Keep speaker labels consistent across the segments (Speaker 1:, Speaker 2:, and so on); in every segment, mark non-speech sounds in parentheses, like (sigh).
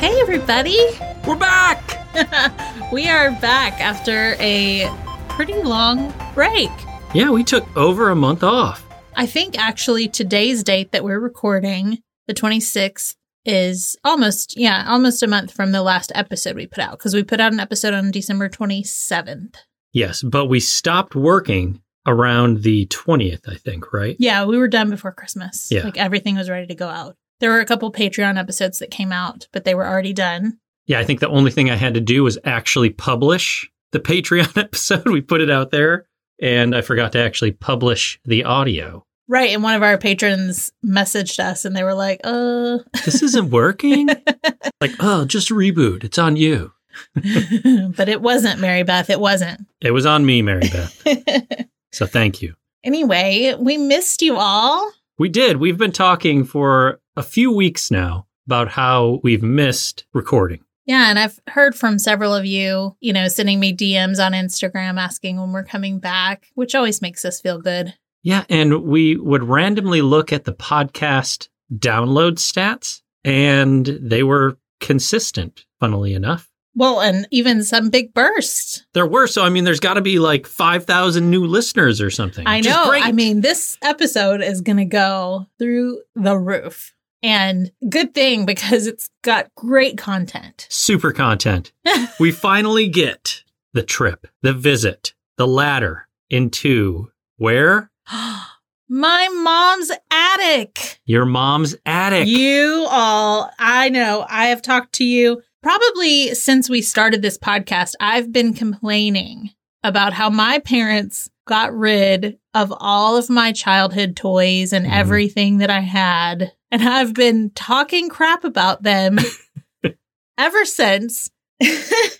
Speaker 1: Hey, everybody! (laughs)
Speaker 2: We're back!
Speaker 1: We are back after a pretty long break.
Speaker 2: Yeah, we took over a month off.
Speaker 1: I think actually today's date that we're recording, the 26th, is almost, yeah, almost a month from the last episode we put out because we put out an episode on December 27th.
Speaker 2: Yes, but we stopped working around the 20th, I think, right?
Speaker 1: Yeah, we were done before Christmas.
Speaker 2: Yeah.
Speaker 1: Like everything was ready to go out. There were a couple Patreon episodes that came out, but they were already done.
Speaker 2: Yeah, I think the only thing I had to do was actually publish the Patreon (laughs) episode. We put it out there, and I forgot to actually publish the audio.
Speaker 1: Right. And one of our patrons messaged us and they were like, uh, (laughs)
Speaker 2: This isn't (laughs) working. like, oh, just reboot. It's on you.
Speaker 1: but it wasn't Mary Beth. It wasn't.
Speaker 2: It was on me, Mary Beth. so thank you. (laughs)
Speaker 1: anyway, we missed you all.
Speaker 2: We did. We've been talking for a few weeks now about how we've missed recording.
Speaker 1: Yeah, and I've heard from several of you, you know, sending me DMs on Instagram asking when we're coming back, which always makes us feel good.
Speaker 2: Yeah, and we would randomly look at the podcast download stats, and they were consistent, funnily enough.
Speaker 1: Well, and even some big bursts.
Speaker 2: There were, so I mean, there's got to be like 5,000 new listeners or something.
Speaker 1: I
Speaker 2: which is
Speaker 1: know.
Speaker 2: great.
Speaker 1: I mean, this episode is going to go through the roof. And good thing because it's got great content. (gasps) (laughs)
Speaker 2: super content. we finally get the trip, the visit, the ladder into where?
Speaker 1: My mom's attic.
Speaker 2: Your mom's attic.
Speaker 1: You all, I know, I have talked to you probably since we started this podcast. I've been complaining about how my parents got rid of all of my childhood toys and
Speaker 2: Mhm.
Speaker 1: everything that I had. And I've been talking crap about
Speaker 2: (laughs)
Speaker 1: them ever since.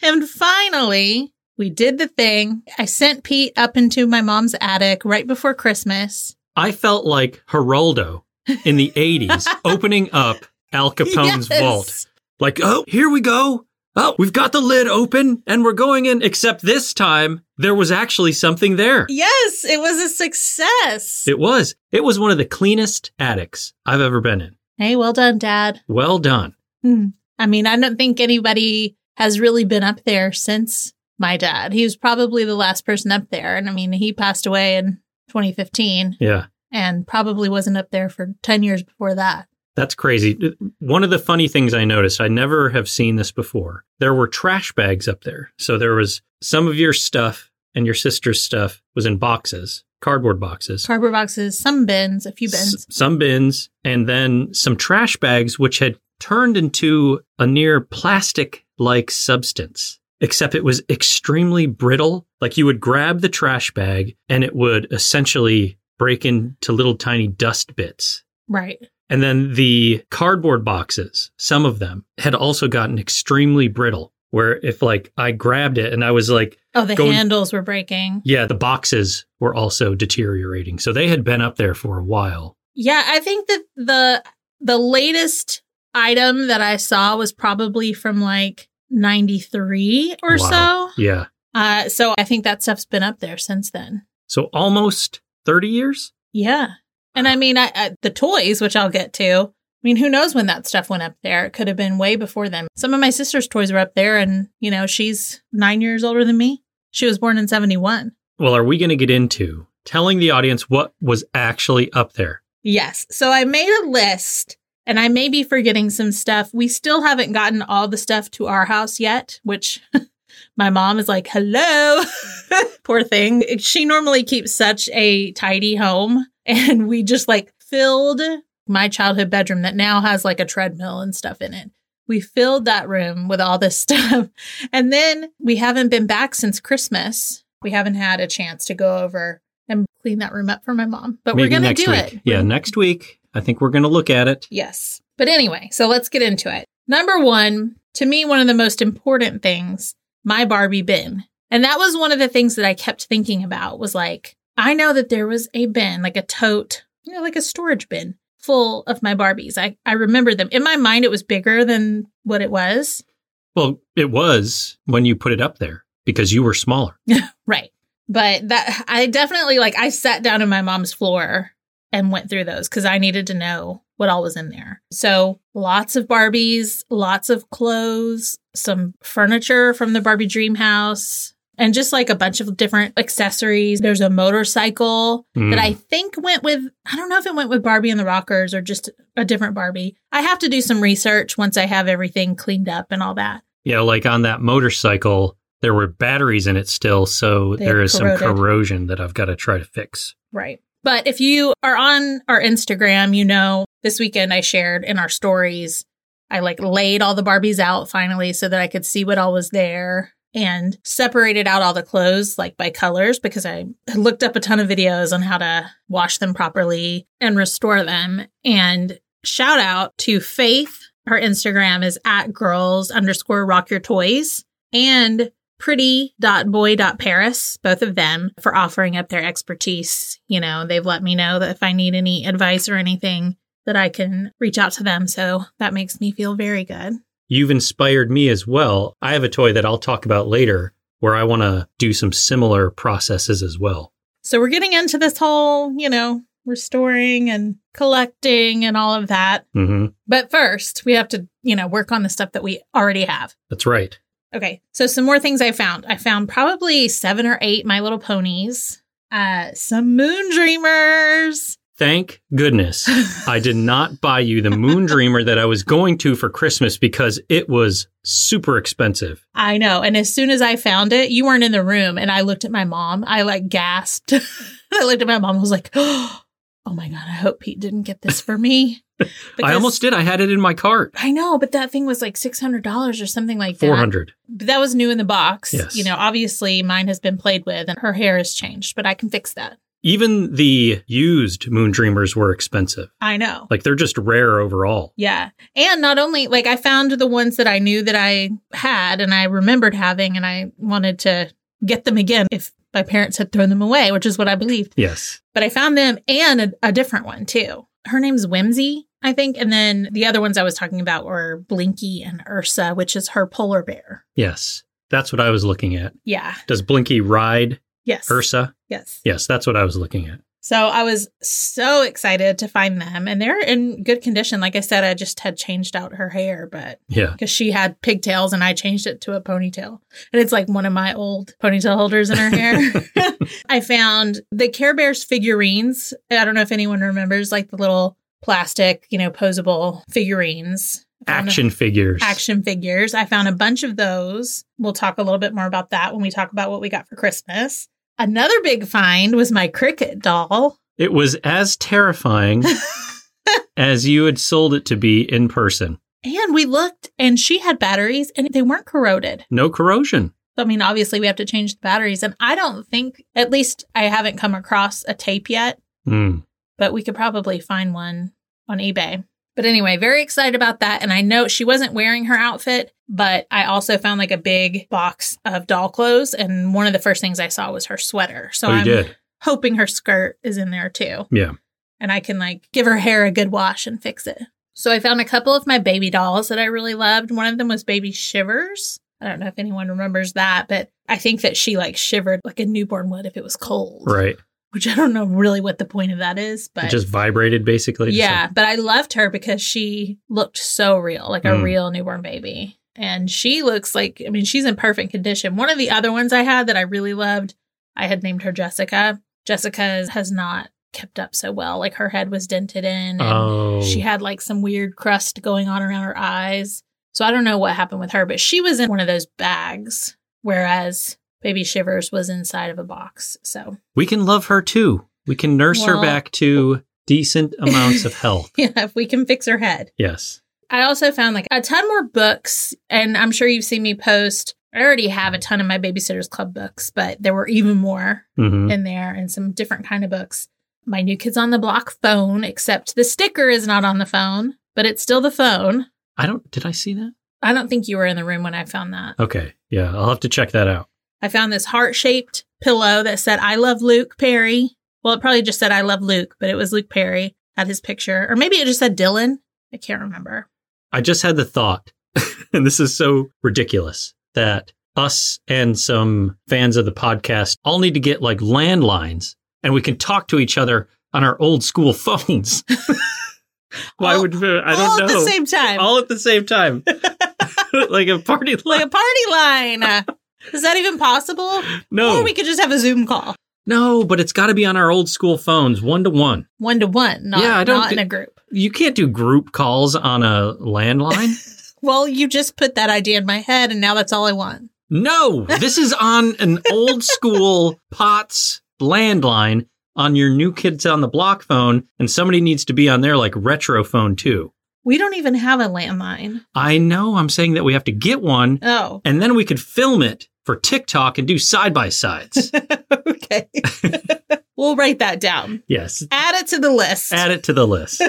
Speaker 1: and finally, we did the thing. I sent Pete up into my mom's attic right before Christmas.
Speaker 2: I felt like Geraldo in the
Speaker 1: (laughs)
Speaker 2: 80s opening up Al Capone's
Speaker 1: Yes.
Speaker 2: vault. Like, oh, here we go. Oh, we've got the lid open and we're going in. Except this time, there was actually something there.
Speaker 1: Yes, it was a success.
Speaker 2: It was. It was one of the cleanest attics I've ever been in.
Speaker 1: Hey, well done, Dad. Hmm.
Speaker 2: Well done.
Speaker 1: I mean, I don't think anybody has really been up there since my dad. He was probably the last person up there. And I mean, he passed away in 2015
Speaker 2: Yeah.
Speaker 1: and probably wasn't up there for 10 years before that.
Speaker 2: That's crazy. One of the funny things I noticed, I never have seen this before. There were trash bags up there. So there was some of your stuff and your sister's stuff was in boxes, cardboard boxes.
Speaker 1: Cardboard boxes, some bins, a few
Speaker 2: S-
Speaker 1: bins.
Speaker 2: some bins, and then some trash bags, which had turned into a near plastic like substance. Except it was extremely brittle. Like you would grab the trash bag and it would essentially break into little tiny dust bits.
Speaker 1: Right.
Speaker 2: And then the cardboard boxes, some of them had also gotten extremely brittle, where if like I grabbed it and I was like,
Speaker 1: Oh, the
Speaker 2: Going-
Speaker 1: handles were breaking.
Speaker 2: yeah, the boxes were also deteriorating. So they had been up there for a while.
Speaker 1: Yeah, I think that the the latest item that I saw was probably from like 93 or
Speaker 2: Wow.
Speaker 1: so.
Speaker 2: Yeah.
Speaker 1: Uh, so I think that stuff's been up there since then.
Speaker 2: So almost 30 years?
Speaker 1: Yeah. And I mean, I, I, the toys, which I'll get to. I mean, who knows when that stuff went up there? It could have been way before then. Some of my sister's toys were up there, and, you know, she's nine years older than me. She was born in 71.
Speaker 2: Well, are we going to get into telling the audience what was actually up there?
Speaker 1: Yes. So I made a list, and I may be forgetting some stuff. We still haven't gotten all the stuff to our house yet, which (laughs) my mom is like, hello. (laughs) Poor thing. She normally keeps such a tidy home, and we just like filled my childhood bedroom that now has like a treadmill and stuff in it. We filled that room with all this (laughs) stuff. And then we haven't been back since Christmas. We haven't had a chance to go over and clean that room up for my mom, but we're
Speaker 2: Maybe
Speaker 1: going to
Speaker 2: next
Speaker 1: do
Speaker 2: week.
Speaker 1: it.
Speaker 2: Yeah, next week. I think we're going to look at it.
Speaker 1: Yes. But anyway, so let's get into it. Number one, to me, one of the most important things, my Barbie bin. And that was one of the things that I kept thinking about was like, I know that there was a bin, like a tote, you know, like a storage bin full of my Barbies. I, I remember them. In my mind, it was bigger than what it was.
Speaker 2: Well, it was when you put it up there because you were smaller.
Speaker 1: Right. But that I definitely like I sat down on my mom's floor and went through those because I needed to know what all was in there. So lots of Barbies, lots of clothes, some furniture from the Barbie Dream House, and just like a bunch of different accessories. There's a motorcycle
Speaker 2: Hmm. Mm.
Speaker 1: that I think went with I don't know if it went with Barbie and the Rockers or just a different Barbie. I have to do some research once I have everything cleaned up and all that.
Speaker 2: Yeah, like on that motorcycle, there were batteries in it still, so
Speaker 1: They
Speaker 2: there is some
Speaker 1: corroded.
Speaker 2: corrosion that I've got to try to fix.
Speaker 1: Right. But if you are on our Instagram, you know, this weekend I shared in our stories, I like laid all the Barbies out finally so that I could see what all was there and separated out all the clothes like by colors because I had looked up a ton of videos on how to wash them properly and restore them. And shout out to Faith. Her Instagram is at girls underscore rock your toys. And pretty.boy.paris, both of them, for offering up their expertise. You know, they've let me know that if I need any advice or anything, that I can reach out to them. So that makes me feel very good.
Speaker 2: You've inspired me as well. I have a toy that I'll talk about later where I want to do some similar processes as well.
Speaker 1: So we're getting into this whole, you know, restoring and collecting and all of that.
Speaker 2: hmm
Speaker 1: But first, we have to, you know, work on the stuff that we already have.
Speaker 2: That's right.
Speaker 1: Okay, so some more things I found. I found probably seven or eight My Little Ponies, uh, some Moon Dreamers. (laughs)
Speaker 2: Thank goodness I did not buy you the Moon Dreamer that I was going to for Christmas because it was super expensive.
Speaker 1: I know. And as soon as I found it, you weren't in the room. And I looked at my mom. I like gasped. (laughs) I looked at my mom. I was like, (gasps) oh my God, I hope Pete didn't get this for me.
Speaker 2: (laughs) I almost did. I had it in my cart.
Speaker 1: I know, but that thing was like $600 or something like that.
Speaker 2: 400.
Speaker 1: But that was new in the box.
Speaker 2: Yes.
Speaker 1: You know, obviously mine has been played with and her hair has changed, but I can fix that.
Speaker 2: Even the used Moon Dreamers were expensive.
Speaker 1: I know.
Speaker 2: Like they're just rare overall.
Speaker 1: Yeah. And not only like I found the ones that I knew that I had and I remembered having and I wanted to get them again if my parents had thrown them away, which is what I believed.
Speaker 2: Yes.
Speaker 1: But I found them and a, a different one too. Her name's Whimsy, I think. And then the other ones I was talking about were Blinky and Ursa, which is her polar bear.
Speaker 2: Yes. That's what I was looking at.
Speaker 1: Yeah.
Speaker 2: Does Blinky ride
Speaker 1: Yes.
Speaker 2: Ursa?
Speaker 1: Yes.
Speaker 2: Yes, that's what I was looking at.
Speaker 1: So I was so excited to find them and they're in good condition. Like I said, I just had changed out her hair, but
Speaker 2: Yeah.
Speaker 1: because she had pigtails and I changed it to a ponytail. And it's like one of my old ponytail holders in her
Speaker 2: (laughs)
Speaker 1: hair. I found the Care Bears figurines. I don't know if anyone remembers like the little plastic, you know, posable figurines. I found
Speaker 2: Action figures.
Speaker 1: Action figures. I found a bunch of those. We'll talk a little bit more about that when we talk about what we got for Christmas. Another big find was my cricket doll.
Speaker 2: It was as
Speaker 1: (laughs)
Speaker 2: terrifying as you had sold it to be in person.
Speaker 1: And we looked and she had batteries and they weren't corroded.
Speaker 2: No corrosion.
Speaker 1: I mean, obviously, we have to change the batteries. And I don't think, at least I haven't come across a tape yet,
Speaker 2: Mm.
Speaker 1: but we could probably find one on eBay. But anyway, very excited about that. And I know she wasn't wearing her outfit, but I also found like a big box of doll clothes. And one of the first things I saw was her sweater. So
Speaker 2: oh, you
Speaker 1: I'm
Speaker 2: did.
Speaker 1: hoping her skirt is in there too.
Speaker 2: Yeah.
Speaker 1: And I can like give her hair a good wash and fix it. So I found a couple of my baby dolls that I really loved. One of them was Baby Shivers. I don't know if anyone remembers that, but I think that she like shivered like a newborn would if it was cold.
Speaker 2: Right.
Speaker 1: Which I don't know really what the point of that is,
Speaker 2: it
Speaker 1: but
Speaker 2: just vibrated basically. Just
Speaker 1: yeah, but I loved her because she looked so real, like a
Speaker 2: Mm.
Speaker 1: real newborn baby. And she looks like, I mean, she's in perfect condition. One of the other ones I had that I really loved, I had named her Jessica. Jessica has not kept up so well. Like her head was dented in and
Speaker 2: like- oh.
Speaker 1: she had like some weird crust going on around her eyes. So I don't know what happened with her, but she was in one of those bags, whereas Baby Shivers was inside of a box. So (laughs)
Speaker 2: we can love her too. We can nurse her
Speaker 1: Well-
Speaker 2: back to
Speaker 1: (laughs)
Speaker 2: decent amounts of health.
Speaker 1: yeah, if we can fix her head.
Speaker 2: Yes.
Speaker 1: I also found like a ton more books, and I'm sure you've seen me post. I already have a ton of my Babysitters Club books, but there were even more
Speaker 2: hmm
Speaker 1: in there and some different kind of books. My new kids on the block phone, except the sticker is not on the phone, but it's still the phone.
Speaker 2: I don't. Did I see that?
Speaker 1: I don't think you were in the room when I found that.
Speaker 2: Okay. Yeah. I'll have to check that out.
Speaker 1: I found this heart shaped pillow that said, I love Luke Perry. Well, it probably just said, I love Luke, but it was Luke Perry. had his picture, or maybe it just said Dylan. I can't remember.
Speaker 2: I just had the thought, (laughs) and this is so ridiculous that us and some fans of the podcast all need to get like landlines and we can talk to each other on our old
Speaker 1: (laughs)
Speaker 2: school (laughs) phones. Why
Speaker 1: All-
Speaker 2: would I don't
Speaker 1: all
Speaker 2: know.
Speaker 1: at the same time,
Speaker 2: all at the same
Speaker 1: (laughs)
Speaker 2: time. like a party
Speaker 1: like
Speaker 2: line.
Speaker 1: a party line.
Speaker 2: (laughs)
Speaker 1: Uh, Is that even possible?
Speaker 2: No.
Speaker 1: Or we could just have a Zoom call,
Speaker 2: no, but it's got to be on our old school phones, one to one.
Speaker 1: one to one, not,
Speaker 2: Yeah, I don't
Speaker 1: not in
Speaker 2: thi-
Speaker 1: a group.
Speaker 2: You can't do group calls on a landline.
Speaker 1: (laughs) Well, you just put that idea in my head, and now that's all I want.
Speaker 2: No, this is on an old school POTS landline on your new kids on the block phone, and somebody needs to be on their like retro phone too.
Speaker 1: We don't even have a landline.
Speaker 2: I know I'm saying that we have to get one,
Speaker 1: Oh, (laughs)
Speaker 2: and then we could film it for TikTok and do side
Speaker 1: (laughs)
Speaker 2: by sides. (laughs)
Speaker 1: okay. we'll write that down.
Speaker 2: yes,
Speaker 1: Add it to the list.
Speaker 2: add it to the list.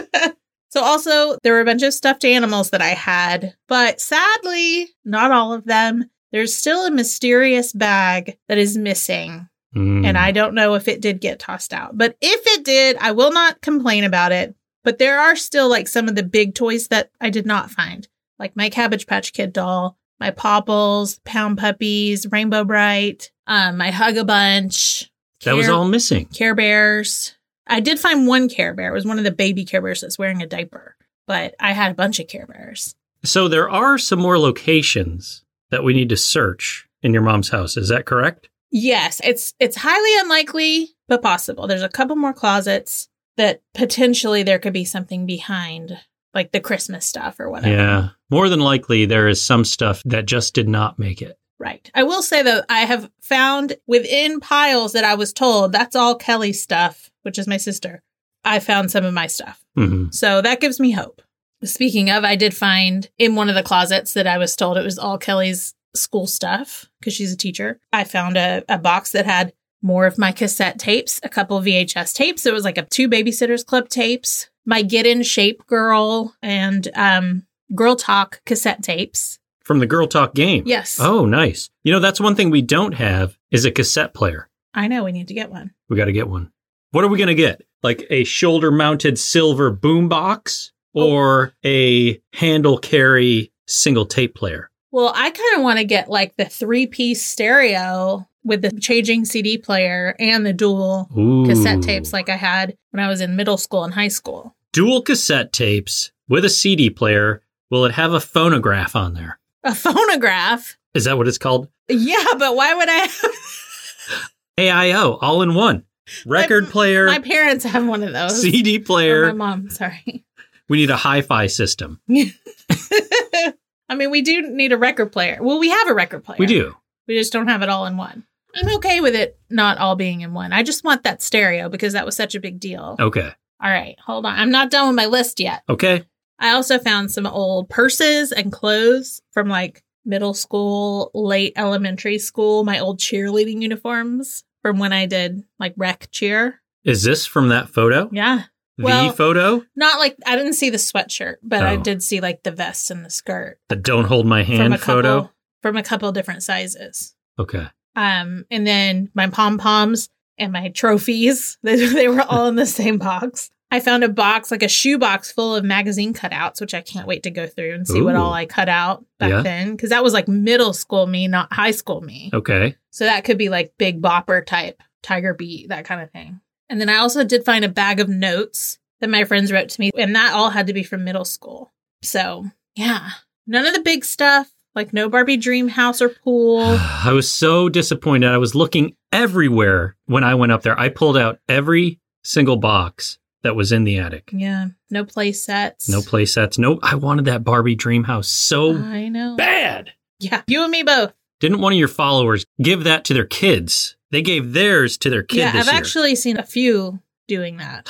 Speaker 1: So also there were a bunch of stuffed animals that I had, but sadly, not all of them. There's still a mysterious bag that is missing,
Speaker 2: Mm.
Speaker 1: and I don't know if it did get tossed out. But if it did, I will not complain about it. But there are still like some of the big toys that I did not find, like my Cabbage Patch Kid doll, my Popples, Pound Puppies, Rainbow Bright, um, my Hug a Bunch.
Speaker 2: that was
Speaker 1: Care-
Speaker 2: all missing.
Speaker 1: Care Bears. I did find one Care Bear. It was one of the baby Care Bears that's wearing a diaper, but I had a bunch of Care Bears.
Speaker 2: So there are some more locations that we need to search in your mom's house. Is that correct?
Speaker 1: Yes, it's it's highly unlikely, but possible. There's a couple more closets that potentially there could be something behind, like the Christmas stuff or whatever.
Speaker 2: Yeah. More than likely, there is some stuff that just did not make it.
Speaker 1: Right. I will say though, I have found within piles that I was told that's all Kelly's stuff, which is my sister. I found some of my stuff.
Speaker 2: hmm
Speaker 1: So that gives me hope. Speaking of, I did find in one of the closets that I was told it was all Kelly's school stuff because she's a teacher. I found a, a box that had more of my cassette tapes, a couple VHS tapes. It was like a two babysitters club tapes, my get in shape girl and um girl talk cassette tapes.
Speaker 2: From the Girl Talk game.
Speaker 1: Yes.
Speaker 2: Oh, nice. You know, that's one thing we don't have is a cassette player.
Speaker 1: I know we need to get one.
Speaker 2: We got to get one. What are we going to get? Like a shoulder mounted silver boombox
Speaker 1: Oh.
Speaker 2: or a handle carry single tape player?
Speaker 1: Well, I kind of want to get like the three piece stereo with the changing CD player and the dual
Speaker 2: Ooh.
Speaker 1: cassette tapes like I had when I was in middle school and high school.
Speaker 2: dual cassette tapes with a CD player. Will it have a phonograph on there?
Speaker 1: A phonograph.
Speaker 2: Is that what it's called?
Speaker 1: Yeah, but why would I?
Speaker 2: AIO, all in one.
Speaker 1: (laughs)
Speaker 2: Record
Speaker 1: My-
Speaker 2: player,
Speaker 1: my parents have one of those.
Speaker 2: CD
Speaker 1: Or
Speaker 2: player.
Speaker 1: my mom, sorry. (laughs)
Speaker 2: we need a hi fi system.
Speaker 1: I mean, we do need a record player. Well, we have a record player.
Speaker 2: We do.
Speaker 1: We just don't have it all in one. I'm okay with it not all being in one. I just want that stereo because that was such a big deal.
Speaker 2: Okay.
Speaker 1: All right, hold on. I'm not done with my list yet.
Speaker 2: Okay.
Speaker 1: I also found some old purses and clothes from like middle school, late elementary school, my old cheerleading uniforms from when I did like rec cheer.
Speaker 2: Is this from that photo?
Speaker 1: Yeah. Well-
Speaker 2: the photo?
Speaker 1: Not like I didn't see the sweatshirt, but I
Speaker 2: Oh.
Speaker 1: did see like the vest and the skirt
Speaker 2: The don't hold my hand photo?
Speaker 1: couple from a couple different sizes.
Speaker 2: Okay.
Speaker 1: Um and then my pom-poms and my trophies, (laughs) they, they were all in the same box. I found a box, like a shoe box full of magazine cutouts, which I can't wait to go through and see what
Speaker 2: Ooh.
Speaker 1: all I cut out back
Speaker 2: Yeah. Oh.
Speaker 1: then. Because that was like middle school me, not high school me.
Speaker 2: Okay.
Speaker 1: So that could be like Big Bopper type, Tiger Beat, that kind of thing. And then I also did find a bag of notes that my friends wrote to me, and that all had to be from middle school. So yeah, none of the big stuff, like no Barbie dream house or pool.
Speaker 2: (sighs) I was so disappointed. I was looking everywhere when I went up there. I pulled out every single box that was in the attic.
Speaker 1: yeah, no play sets.
Speaker 2: No Oh. play sets. No, I wanted that Barbie dream house so
Speaker 1: I know.
Speaker 2: bad.
Speaker 1: Yeah, you and me both.
Speaker 2: Didn't one of your followers give that to their kids? They gave theirs to their kid
Speaker 1: yeah,
Speaker 2: this
Speaker 1: I've
Speaker 2: year.
Speaker 1: actually seen a few doing that.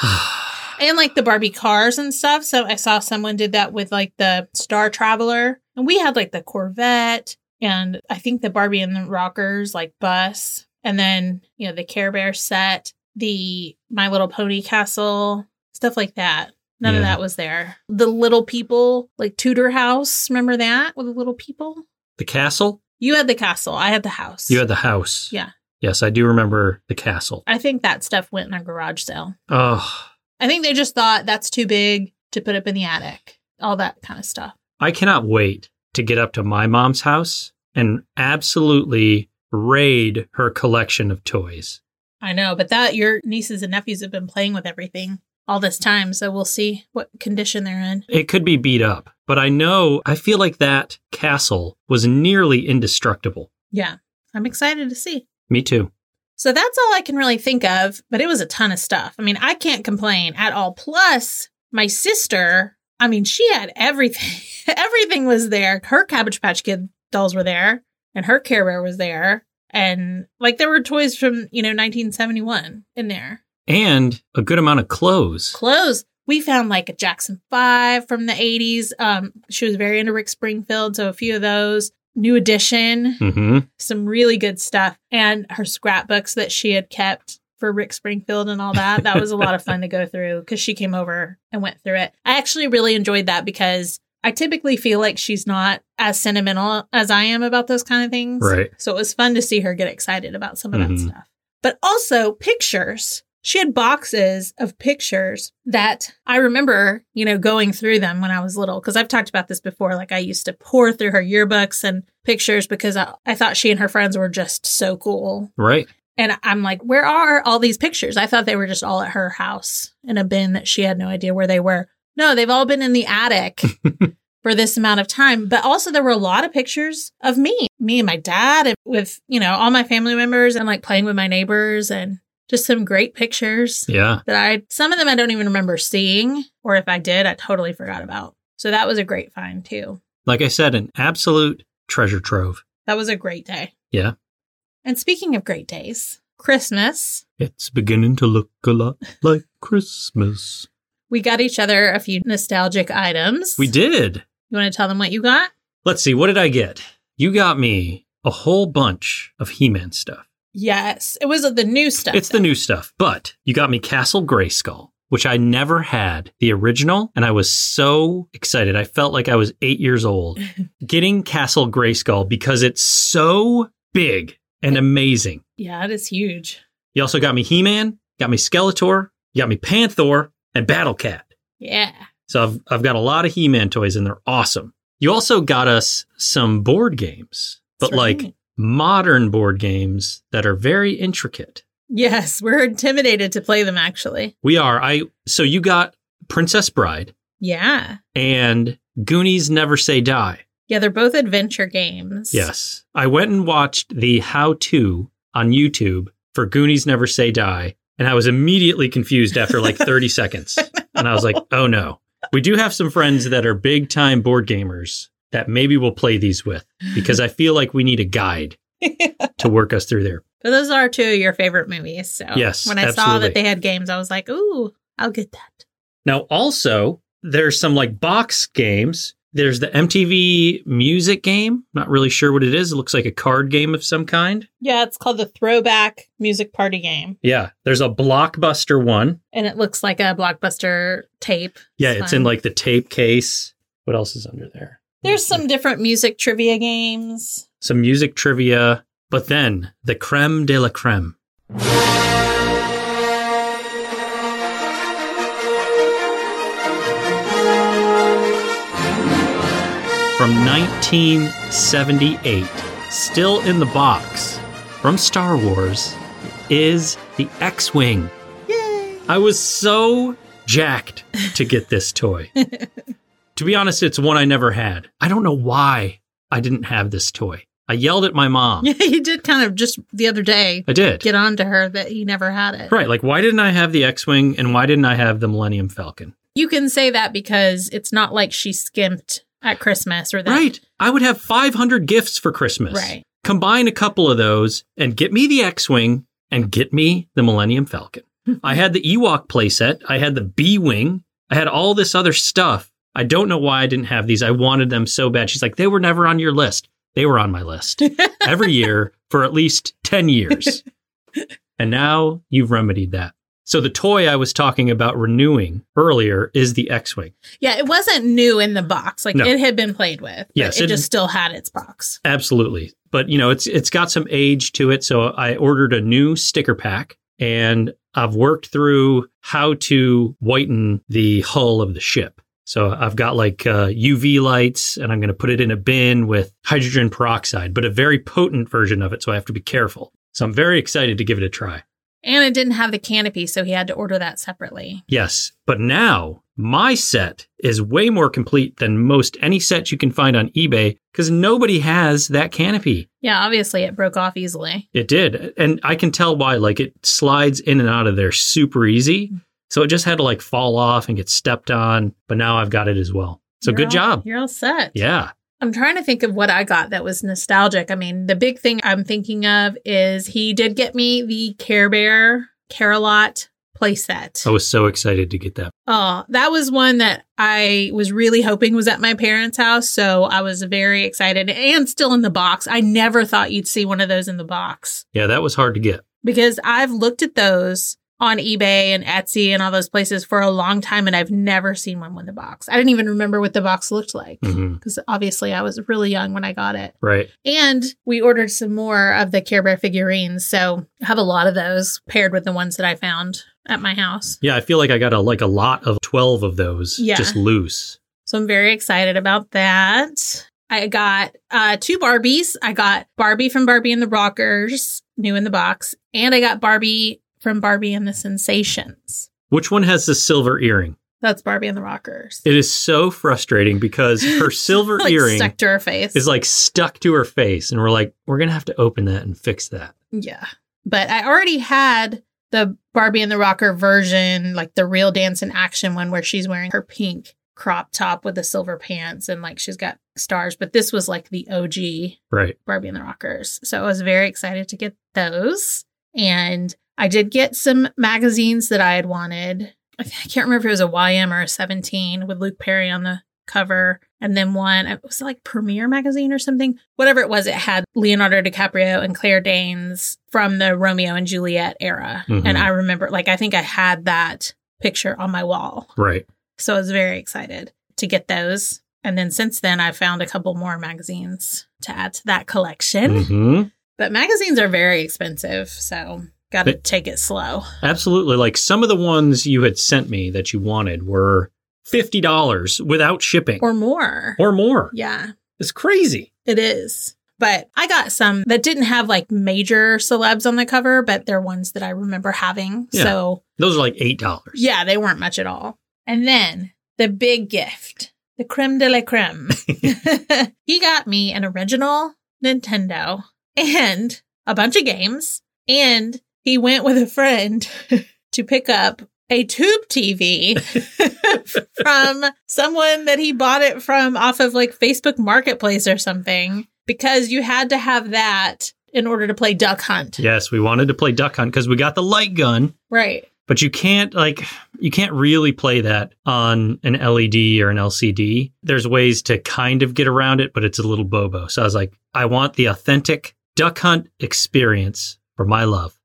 Speaker 1: And like the Barbie cars and stuff. So I saw someone did that with like the Star Traveler. And we had like the Corvette and I think the Barbie and the Rockers like bus. And then, you know, the Care Bear set, the My Little Pony Castle, stuff like that. None of
Speaker 2: Yeah.
Speaker 1: that was there. The little people, like Tudor House. Remember that with the little people?
Speaker 2: (sighs) the castle?
Speaker 1: You had the castle. I had the house.
Speaker 2: You had the house.
Speaker 1: Yeah.
Speaker 2: Yes, I do remember the castle.
Speaker 1: I think that stuff went in a garage sale.
Speaker 2: Oh,
Speaker 1: I think they just thought that's too big to put up in the attic, all that kind of stuff.
Speaker 2: I cannot wait to get up to my mom's house and absolutely raid her collection of toys.
Speaker 1: I know, but that your nieces and nephews have been playing with everything all this time, so we'll see what condition they're in.
Speaker 2: It could be beat up, but I know I feel like that castle was nearly indestructible.
Speaker 1: Yeah, I'm excited to see.
Speaker 2: Me too.
Speaker 1: So that's all I can really think of, but it was a ton of stuff. I mean, I can't complain at all. Plus, my sister, I mean, she had everything. (laughs) everything was there. Her Cabbage Patch Kid dolls were there, and her Care Bear was there. And like there were toys from, you know, 1971 in there.
Speaker 2: And a good amount of clothes.
Speaker 1: Clothes. We found like a Jackson 5 from the 80s. Um, she was very into Rick Springfield, so a few of those. New Edition
Speaker 2: hmm
Speaker 1: some really good stuff and her scrapbooks that she had kept for Rick Springfield and all that. That was a lot of fun to go through because she came over and went through it. I actually really enjoyed that because I typically feel like she's not as sentimental as I am about those kind of things.
Speaker 2: Right.
Speaker 1: So it was fun to see her get excited about some of that
Speaker 2: Mhm.
Speaker 1: stuff. But also pictures. She had boxes of pictures that I remember, you know, going through them when I was little. Cause I've talked about this before. Like I used to pour through her yearbooks and pictures because I, I thought she and her friends were just so cool.
Speaker 2: Right.
Speaker 1: And I'm like, where are all these pictures? I thought they were just all at her house in a bin that she had no idea where they were. No, they've all been in the attic for this amount of time. But also, there were a lot of pictures of me, me and my dad, and with, you know, all my family members and like playing with my neighbors and just some great pictures
Speaker 2: Yeah.
Speaker 1: that I, some of them I don't even remember seeing. Or if I did, I totally forgot about. So that was a great find too.
Speaker 2: Like I said, an absolute treasure trove.
Speaker 1: That was a great day.
Speaker 2: Yeah.
Speaker 1: And speaking of great days, Christmas.
Speaker 2: It's beginning to look a lot like Christmas.
Speaker 1: We got each other a few nostalgic items.
Speaker 2: We did.
Speaker 1: You want to tell them what you got?
Speaker 2: Let's see, what did I get? You got me a whole bunch of He Man stuff.
Speaker 1: Yes. It was the new stuff.
Speaker 2: It's the new stuff, but you got me Castle Grayskull, which I never had the original, and I was so excited. I felt like I was eight years old getting Castle Grayskull because it's so big and amazing.
Speaker 1: Yeah, it is huge.
Speaker 2: You also got me He Man, got me Skeletor, you got me Panther, and Battle Cat.
Speaker 1: Yeah.
Speaker 2: So I've, I've got a lot of He Man toys, and they're awesome. You also got us some board games, but
Speaker 1: That's
Speaker 2: like
Speaker 1: right.
Speaker 2: modern board games that are very intricate.
Speaker 1: Yes, we're intimidated to play them actually.
Speaker 2: We are. I so you got Princess Bride
Speaker 1: Yeah.
Speaker 2: and Goonies Never Say Die.
Speaker 1: Yeah, they're both adventure games.
Speaker 2: Yes. I went and watched the how to on YouTube for Goonies Never Say Die, and I was immediately confused after like 30 seconds. And I was like, oh no. We do have some friends that are big time board gamers that maybe we'll play these with because I feel like we need a guide
Speaker 1: but
Speaker 2: to work us through there.
Speaker 1: those are two of your favorite movies. So
Speaker 2: Yes,
Speaker 1: when I saw
Speaker 2: absolutely.
Speaker 1: that they had games, I was like, ooh, I'll get that.
Speaker 2: Now, also, there's some like box games. There's the MTV music game. Not really sure what it is. It looks like a card game of some kind.
Speaker 1: Yeah, it's called the Throwback Music Party Game.
Speaker 2: Yeah. There's a blockbuster one.
Speaker 1: And it looks like a blockbuster tape.
Speaker 2: Yeah,
Speaker 1: It's
Speaker 2: it's in
Speaker 1: fun.
Speaker 2: like the tape case. What else is under there?
Speaker 1: There's some different music trivia games.
Speaker 2: some music trivia, but then the creme de la creme. From 1978, still in the box from Star Wars, is the X Wing.
Speaker 1: Yay!
Speaker 2: I was so jacked to get this toy. to be honest, it's one I never had. I don't know why I didn't have this toy. I yelled at my
Speaker 1: (laughs)
Speaker 2: mom.
Speaker 1: Yeah, you did kind of just the other day
Speaker 2: I did.
Speaker 1: get on to her that you never had it.
Speaker 2: Right. Like, why didn't I have the X Wing and why didn't I have the Millennium Falcon?
Speaker 1: You can say that because it's not like she skimped at Christmas or that.
Speaker 2: Right. I would have 500 gifts for Christmas.
Speaker 1: Right.
Speaker 2: Combine a couple of those and get me the X Wing and get me the Millennium
Speaker 1: (laughs)
Speaker 2: Falcon. I had the Ewok playset, I had the B Wing, I had all this other stuff. I don't know why I didn't have these. I wanted them so bad. She's like, they were never on your list. They were on my
Speaker 1: (laughs)
Speaker 2: list every year for at least 10 years. and now you've remedied that. So the toy I was talking about renewing earlier is the X Wing.
Speaker 1: Yeah, it wasn't new in the box. Like
Speaker 2: No.
Speaker 1: it had been played with. but
Speaker 2: Yes,
Speaker 1: It,
Speaker 2: it-
Speaker 1: just still had its box.
Speaker 2: Absolutely. But you know, it's it's got some age to it, so I ordered a new sticker pack and I've worked through how to whiten the hull of the ship. So I've got like uh, UV lights and I'm going to put it in a bin with hydrogen peroxide, but a very potent version of it. So I have to be careful. So I'm very excited to give it a try.
Speaker 1: And it didn't have the canopy, so he had to order that separately.
Speaker 2: Yes. But now my set is way more complete than most any set you can find on eBay because nobody has that canopy.
Speaker 1: Yeah, obviously it broke off easily.
Speaker 2: It did. And I can tell why. Like it slides in and out of there super easy. So it just had to like fall off and get stepped on. But now I've got it as well. So
Speaker 1: You're
Speaker 2: good
Speaker 1: all-
Speaker 2: job.
Speaker 1: You're all set.
Speaker 2: Yeah.
Speaker 1: I'm trying to think of what I got that was nostalgic. I mean, the big thing I'm thinking of is he did get me the Care Bear Carolot playset.
Speaker 2: I was so excited to get that.
Speaker 1: Oh, that was one that I was really hoping was at my parents' house. So I was very excited and still in the box. I never thought you'd see one of those in the box
Speaker 2: Yeah, that was hard to get.
Speaker 1: because I've looked at those on eBay and Etsy and all those places for a long time and I've never seen one with a box. I didn't even remember what the box looked like
Speaker 2: Mhm.
Speaker 1: because obviously I was really young when I got it.
Speaker 2: Right.
Speaker 1: And we ordered some more of the Care Bear figurines. So I have a lot of those paired with the ones that I found at my house.
Speaker 2: Yeah, I feel like I got a like a lot of 12 of those
Speaker 1: Yeah.
Speaker 2: just loose.
Speaker 1: So I'm very excited about that. I got uh, two Barbies. I got Barbie from Barbie and the Rockers, new in the box, and I got Barbie from Barbie and the Sensations.
Speaker 2: Which one has the silver earring?
Speaker 1: That's Barbie and the Rockers.
Speaker 2: It is so
Speaker 1: (laughs)
Speaker 2: frustrating because her silver
Speaker 1: like
Speaker 2: earring
Speaker 1: stuck to her face.
Speaker 2: is like stuck to her face and we're like we're going to have to open that and fix that.
Speaker 1: Yeah. But I already had the Barbie and the Rocker version, like the real dance in action one where she's wearing her pink crop top with the silver pants and like she's got stars. But this was like the OG
Speaker 2: Right.
Speaker 1: Barbie and the Rockers. So I was very excited to get those. And I did get some magazines that I had wanted. I th- I can't remember if it was a YM or a 17 with Luke Perry on the cover. And then one, it was like Premiere magazine or something. Whatever it was, it had Leonardo DiCaprio and Claire Danes from the Romeo and Juliet era.
Speaker 2: Mhm.
Speaker 1: And I remember, like, I think I had that picture on my wall.
Speaker 2: Right.
Speaker 1: So I was very excited to get those. And then since then, I found a couple more magazines to add to that collection.
Speaker 2: Mhm.
Speaker 1: But magazines are very expensive. So got to
Speaker 2: But-
Speaker 1: take it slow.
Speaker 2: Absolutely. Like some of the ones you had sent me that you wanted were $50 without shipping
Speaker 1: Or more.
Speaker 2: or more.
Speaker 1: yeah,
Speaker 2: It's crazy.
Speaker 1: it is. But I got some that didn't have like major celebs on the cover, but they're ones that I remember having.
Speaker 2: Yeah.
Speaker 1: So
Speaker 2: Those are like $8.
Speaker 1: yeah, they weren't much at all. And then the big gift, the creme de la creme. (laughs) he got me an original Nintendo and a bunch of games. And he went with a friend (laughs) to pick up a tube TV from someone that he bought it from off of like Facebook Marketplace or something because you had to have that in order to play Duck Hunt.
Speaker 2: Yes, we wanted to play Duck Hunt because we got the light gun.
Speaker 1: Right.
Speaker 2: but you can't like you can't really play that on an LED or an LCD. There's ways to kind of get around it, but it's a little bobo. So I was like, I want the authentic duck hunt experience for
Speaker 1: (laughs)
Speaker 2: my love.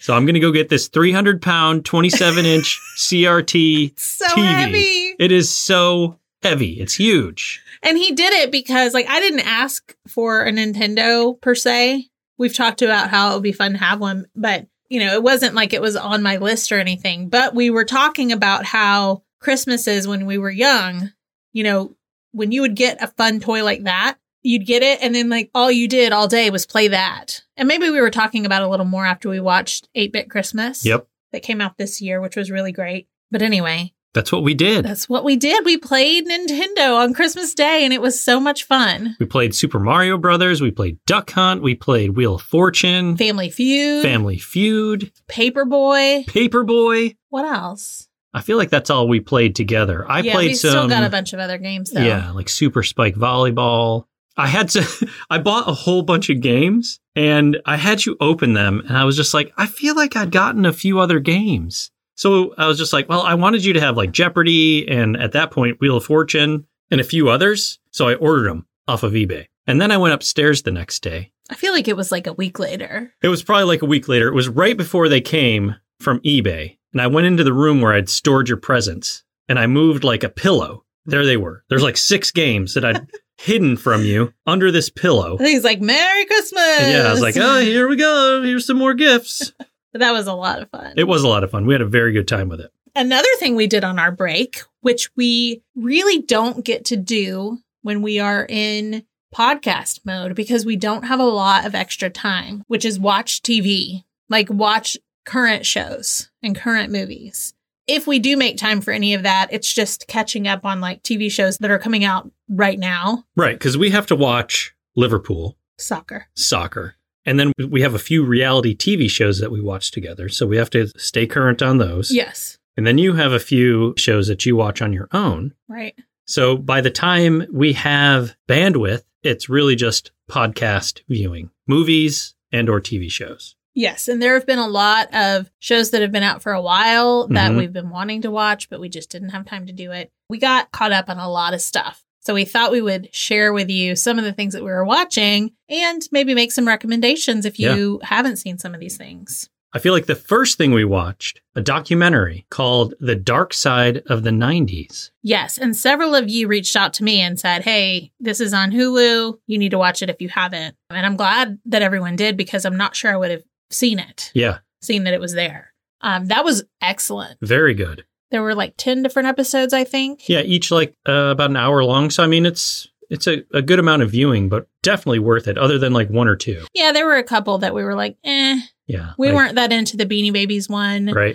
Speaker 2: So I'm gonna go get this 300 pound, 27
Speaker 1: (laughs)
Speaker 2: inch CRT.
Speaker 1: so
Speaker 2: TV.
Speaker 1: heavy.
Speaker 2: It is so heavy. It's huge.
Speaker 1: And he did it because, like, I didn't ask for a Nintendo per se. We've talked about how it would be fun to have one, but, you know, it wasn't like it was on my list or anything. But we were talking about how Christmases when we were young, you know, when you would get a fun toy like that, you'd get it. And then, like, all you did all day was play that. And maybe we were talking about it a little more after we watched 8 Bit Christmas.
Speaker 2: Yep.
Speaker 1: That came out this year, which was really great. But anyway,
Speaker 2: That's what we did.
Speaker 1: that's what we did. We played Nintendo on Christmas Day and it was so much fun.
Speaker 2: We played Super Mario Brothers. We played Duck Hunt. We played Wheel of Fortune,
Speaker 1: Family Feud,
Speaker 2: Family Feud,
Speaker 1: Paperboy.
Speaker 2: Paperboy.
Speaker 1: What else?
Speaker 2: I feel like that's all we played together. I
Speaker 1: yeah,
Speaker 2: played
Speaker 1: we
Speaker 2: some.
Speaker 1: still got a bunch of other games though.
Speaker 2: Yeah, like Super Spike Volleyball. I had to, (laughs) I bought a whole bunch of games and I had you open them. And I was just like, I feel like I'd gotten a few other games. So I was just like, well, I wanted you to have like Jeopardy and at that point, Wheel of Fortune and a few others. So I ordered them off of eBay. And then I went upstairs the next day.
Speaker 1: I feel like it was like a week later.
Speaker 2: It was probably like a week later. It was right before they came from eBay. And I went into the room where I'd stored your presents and I moved like a pillow. There they were. There's like six games that I'd hidden from you under this pillow.
Speaker 1: I think it's like Merry Christmas.
Speaker 2: "Oh, And yeah, I was like, oh, here we go. Here's some more gifts.
Speaker 1: But that was a lot of fun.
Speaker 2: It was a lot of fun. We had a very good time with it.
Speaker 1: Another thing we did on our break, which we really don't get to do when we are in podcast mode because we don't have a lot of extra time, which is watch TV, like watch current shows and current movies. If we do make time for any of that, it's just catching up on like TV shows that are coming out right now.
Speaker 2: Right. Because we have to watch Liverpool
Speaker 1: Soccer.
Speaker 2: soccer. And then we have a few reality TV shows that we watch together. So we have to stay current on those.
Speaker 1: Yes.
Speaker 2: And then you have a few shows that you watch on your own.
Speaker 1: Right.
Speaker 2: So by the time we have bandwidth, it's really just podcast viewing, movies and or TV shows.
Speaker 1: Yes, and there have been a lot of shows that have been out for a while that
Speaker 2: Mhm.
Speaker 1: we've been wanting to watch, but we just didn't have time to do it. We got caught up on a lot of stuff. So we thought we would share with you some of the things that we were watching and maybe make some recommendations if you haven't seen some of these things.
Speaker 2: I feel like the first thing we watched, a documentary called The Dark Side of the 90s.
Speaker 1: Yes, and several of you reached out to me and said, "Hey, this is on Hulu. You need to watch it if you haven't." And I'm glad that everyone did because I'm not sure I would have seen it,
Speaker 2: Yeah,
Speaker 1: seen that it was there. Um, that was excellent.
Speaker 2: very good.
Speaker 1: There were like 10 different episodes, I think.
Speaker 2: Yeah, each like uh, about an hour long. So I mean, it's it's a, a good amount of viewing, but definitely worth it. Other than like one or two.
Speaker 1: Yeah, there were a couple that we were like, eh,
Speaker 2: Yeah,
Speaker 1: we
Speaker 2: like-
Speaker 1: weren't that into the Beanie Babies one
Speaker 2: right.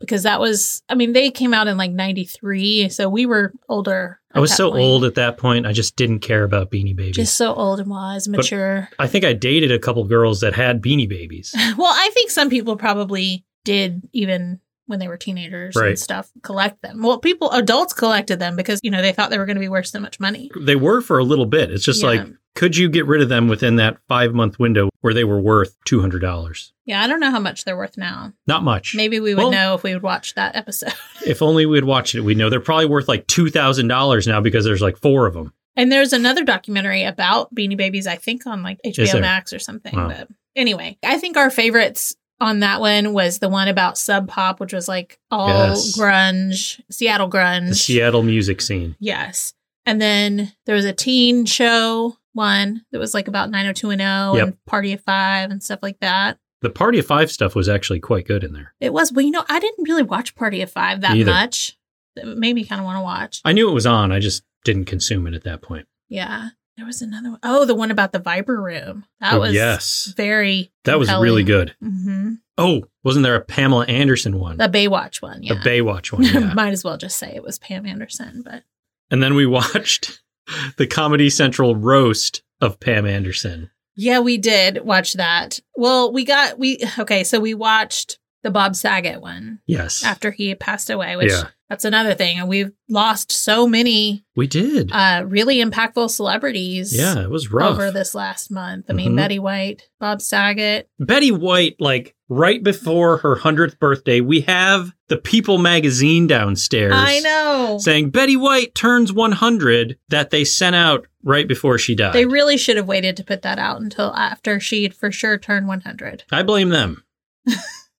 Speaker 1: because that was, I mean, they came out in like 93. So we were older.
Speaker 2: I
Speaker 1: at
Speaker 2: was
Speaker 1: that
Speaker 2: so
Speaker 1: point.
Speaker 2: old at that point. I just didn't care about Beanie Babies.
Speaker 1: Just so old and wise, mature. (laughs)
Speaker 2: I think I dated a couple girls that had Beanie Babies.
Speaker 1: well, I think some people probably did even when they were teenagers
Speaker 2: Right.
Speaker 1: and stuff collect them. Well, people, adults collected them because, you know, they thought they were going to be worth so much money.
Speaker 2: they were for a little bit. It's just
Speaker 1: Yeah.
Speaker 2: like, could you get rid of them within that five month window where they were worth two hundred dollars?
Speaker 1: Yeah, I don't know how much they're worth now.
Speaker 2: Not much.
Speaker 1: Maybe we would
Speaker 2: Well-
Speaker 1: know if we would watch that episode.
Speaker 2: If only we had watched it, we would know they're probably worth like two thousand dollars now because there's like four of them.
Speaker 1: And there's another documentary about Beanie Babies, I think on like HBO
Speaker 2: there?
Speaker 1: Max or something.
Speaker 2: Wow.
Speaker 1: But anyway, I think our favorites on that one was the one about Sub Pop, which was like all
Speaker 2: Yes.
Speaker 1: grunge, Seattle
Speaker 2: The
Speaker 1: grunge.
Speaker 2: Seattle music scene.
Speaker 1: yes. And then there was a teen show one that was like about 90210
Speaker 2: Yep.
Speaker 1: and Party of Five and stuff like that.
Speaker 2: The Party of Five stuff was actually quite good in there.
Speaker 1: It was, well, you know, I didn't really watch Party of Five that
Speaker 2: Me either.
Speaker 1: much. It made me kind of want to watch.
Speaker 2: I knew it was on. I just didn't consume it at that point.
Speaker 1: Yeah. There was another one. Oh, the one about the Viper Room. That
Speaker 2: Oh,
Speaker 1: was.
Speaker 2: yes,
Speaker 1: very
Speaker 2: that was really good.
Speaker 1: hmm
Speaker 2: Oh, wasn't there a Pamela Anderson one?
Speaker 1: The Baywatch one, yeah.
Speaker 2: The
Speaker 1: (laughs)
Speaker 2: Baywatch one. Yeah.
Speaker 1: Might as well just say it was Pam Anderson, but
Speaker 2: and then we watched (laughs) the Comedy Central roast of Pam Anderson.
Speaker 1: yeah, we did watch that. Well, we got we okay, so we watched the Bob Saget one
Speaker 2: Yes,
Speaker 1: after he passed away, which
Speaker 2: Yeah.
Speaker 1: that's another thing. And we've lost so many
Speaker 2: we did.
Speaker 1: uh really impactful celebrities
Speaker 2: yeah, it was rough.
Speaker 1: over this last month. I mean,
Speaker 2: Mhm.
Speaker 1: Betty White, Bob Saget.
Speaker 2: Betty White, like right before her hundredth birthday, we have the People magazine downstairs.
Speaker 1: I know.
Speaker 2: Saying Betty White turns 100 that they sent out right before she died.
Speaker 1: They really should have waited to put that out until after she'd for sure turned 100.
Speaker 2: I blame them.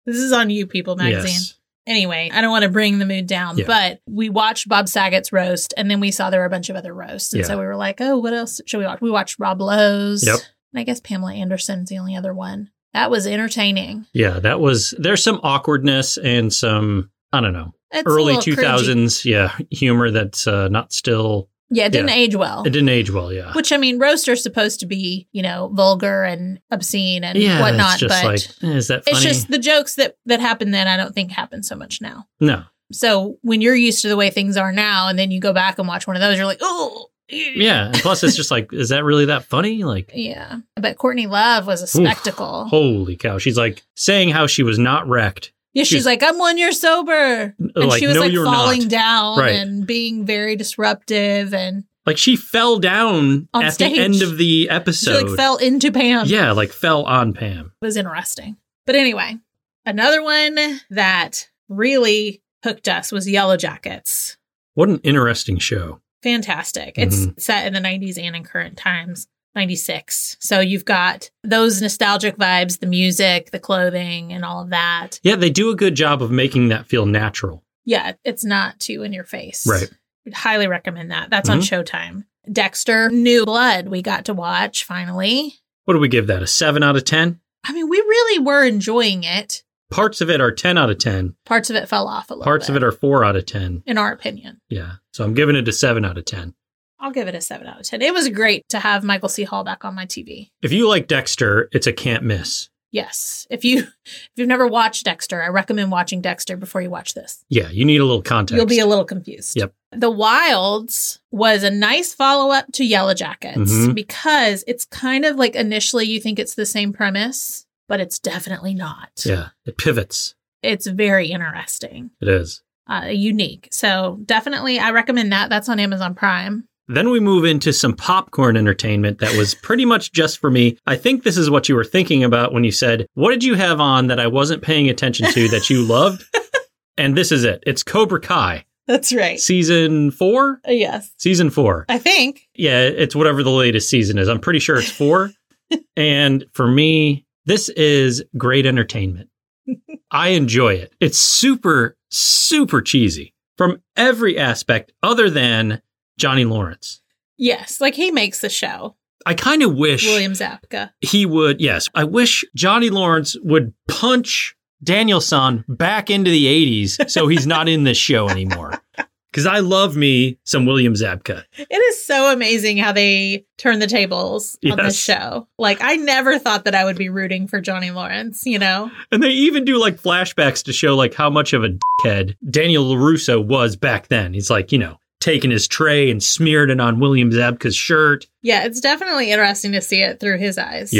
Speaker 1: This is on you, People Magazine.
Speaker 2: Yes.
Speaker 1: anyway, I don't want to bring the mood down,
Speaker 2: Yeah.
Speaker 1: but we watched Bob Saget's roast and then we saw there were a bunch of other roasts. And
Speaker 2: Yeah.
Speaker 1: so we were like, oh, what else should we watch? We watched Rob Lowe's.
Speaker 2: Yep.
Speaker 1: And I guess Pamela Anderson's the only other one. That was entertaining.
Speaker 2: Yeah, that was there's some awkwardness and some I don't know
Speaker 1: It's a
Speaker 2: early
Speaker 1: little
Speaker 2: two
Speaker 1: cringy.
Speaker 2: thousands yeah humor that's uh, not still
Speaker 1: Yeah, it didn't
Speaker 2: Yeah.
Speaker 1: age well.
Speaker 2: it didn't age well yeah
Speaker 1: Which I mean, roasts are supposed to be, you know, vulgar and obscene and
Speaker 2: yeah
Speaker 1: whatnot,
Speaker 2: it's just
Speaker 1: but
Speaker 2: like eh, is that funny
Speaker 1: it's just the jokes that that happened then I don't think happen so much now.
Speaker 2: no
Speaker 1: So when you're used to the way things are now, and then you go back and watch one of those, you're like, oh,
Speaker 2: yeah and plus it's just like is that really that funny like
Speaker 1: Yeah. But Courtney Love was a spectacle.
Speaker 2: holy cow she's like saying how she was not wrecked
Speaker 1: yeah, she's
Speaker 2: she's-
Speaker 1: like, I'm one year sober. And
Speaker 2: like
Speaker 1: she was
Speaker 2: no
Speaker 1: like
Speaker 2: you're
Speaker 1: falling
Speaker 2: not
Speaker 1: down
Speaker 2: Right.
Speaker 1: and being very disruptive and
Speaker 2: like she fell down
Speaker 1: On
Speaker 2: at
Speaker 1: stage.
Speaker 2: the end of the
Speaker 1: she
Speaker 2: episode
Speaker 1: like fell into Pam.
Speaker 2: yeah like fell on Pam
Speaker 1: It was interesting. But anyway, another one that really hooked us was Yellow Jackets.
Speaker 2: what an interesting show
Speaker 1: Fantastic.
Speaker 2: Mm-hmm.
Speaker 1: It's set in the 90s and in current times. 96. So you've got those nostalgic vibes, the music, the clothing, and all of that.
Speaker 2: yeah they do a good job of making that feel natural
Speaker 1: Yeah, it's not too in your face.
Speaker 2: right
Speaker 1: Would highly recommend that. That's
Speaker 2: Mhm.
Speaker 1: on Showtime. Dexter, New Blood, we got to watch finally.
Speaker 2: what do we give that a seven out of ten
Speaker 1: I mean, we really were enjoying it.
Speaker 2: parts of it are 10 out of 10.
Speaker 1: Parts of it fell off a little.
Speaker 2: Parts of it are 4 out of 10.
Speaker 1: in our opinion.
Speaker 2: Yeah. So I'm giving it a 7 out of 10.
Speaker 1: I'll give it a seven out of ten. It was great to have Michael C. Hall back on my TV.
Speaker 2: If you like Dexter, it's a can't miss.
Speaker 1: Yes, if you (laughs) if you've never watched Dexter, I recommend watching Dexter before you watch this.
Speaker 2: Yeah, you need a little context.
Speaker 1: You'll be a little confused.
Speaker 2: Yep.
Speaker 1: The Wilds was a nice follow up to Yellow Jackets
Speaker 2: Mhm.
Speaker 1: because it's kind of like initially you think it's the same premise, but it's definitely not.
Speaker 2: yeah, it pivots.
Speaker 1: It's very interesting,
Speaker 2: It is.
Speaker 1: uh, unique. So definitely, I recommend that. That's on Amazon Prime.
Speaker 2: Then we move into some popcorn entertainment that was pretty much just for me. I think this is what you were thinking about when you said, What did you have on that I wasn't paying attention to that you loved? and this is it. It's Cobra Kai,
Speaker 1: That's right. Uh,
Speaker 2: season four?
Speaker 1: Yes,
Speaker 2: Season four.
Speaker 1: I think.
Speaker 2: Yeah, it's whatever the latest season is. I'm pretty sure it's four. and for me, this is great entertainment. I enjoy it. It's super, super cheesy from every aspect other than Johnny Lawrence.
Speaker 1: Yes, like he makes the show,
Speaker 2: I kind of wish
Speaker 1: William Zabka.
Speaker 2: he would, yes, I wish Johnny Lawrence would punch Danielson back into the 80s so he's not in this show anymore. (laughs) Because I love me some William Zabka.
Speaker 1: It is so amazing how they turn the tables on
Speaker 2: Yes.
Speaker 1: this show. Like I never thought that I would be rooting for Johnny Lawrence, you know?
Speaker 2: And they even do like flashbacks to show like how much of a dickhead Daniel LaRusso was back then. He's like, you know, taking his tray and smeared it on William Zabka's shirt.
Speaker 1: Yeah, it's definitely interesting to see it through his eyes.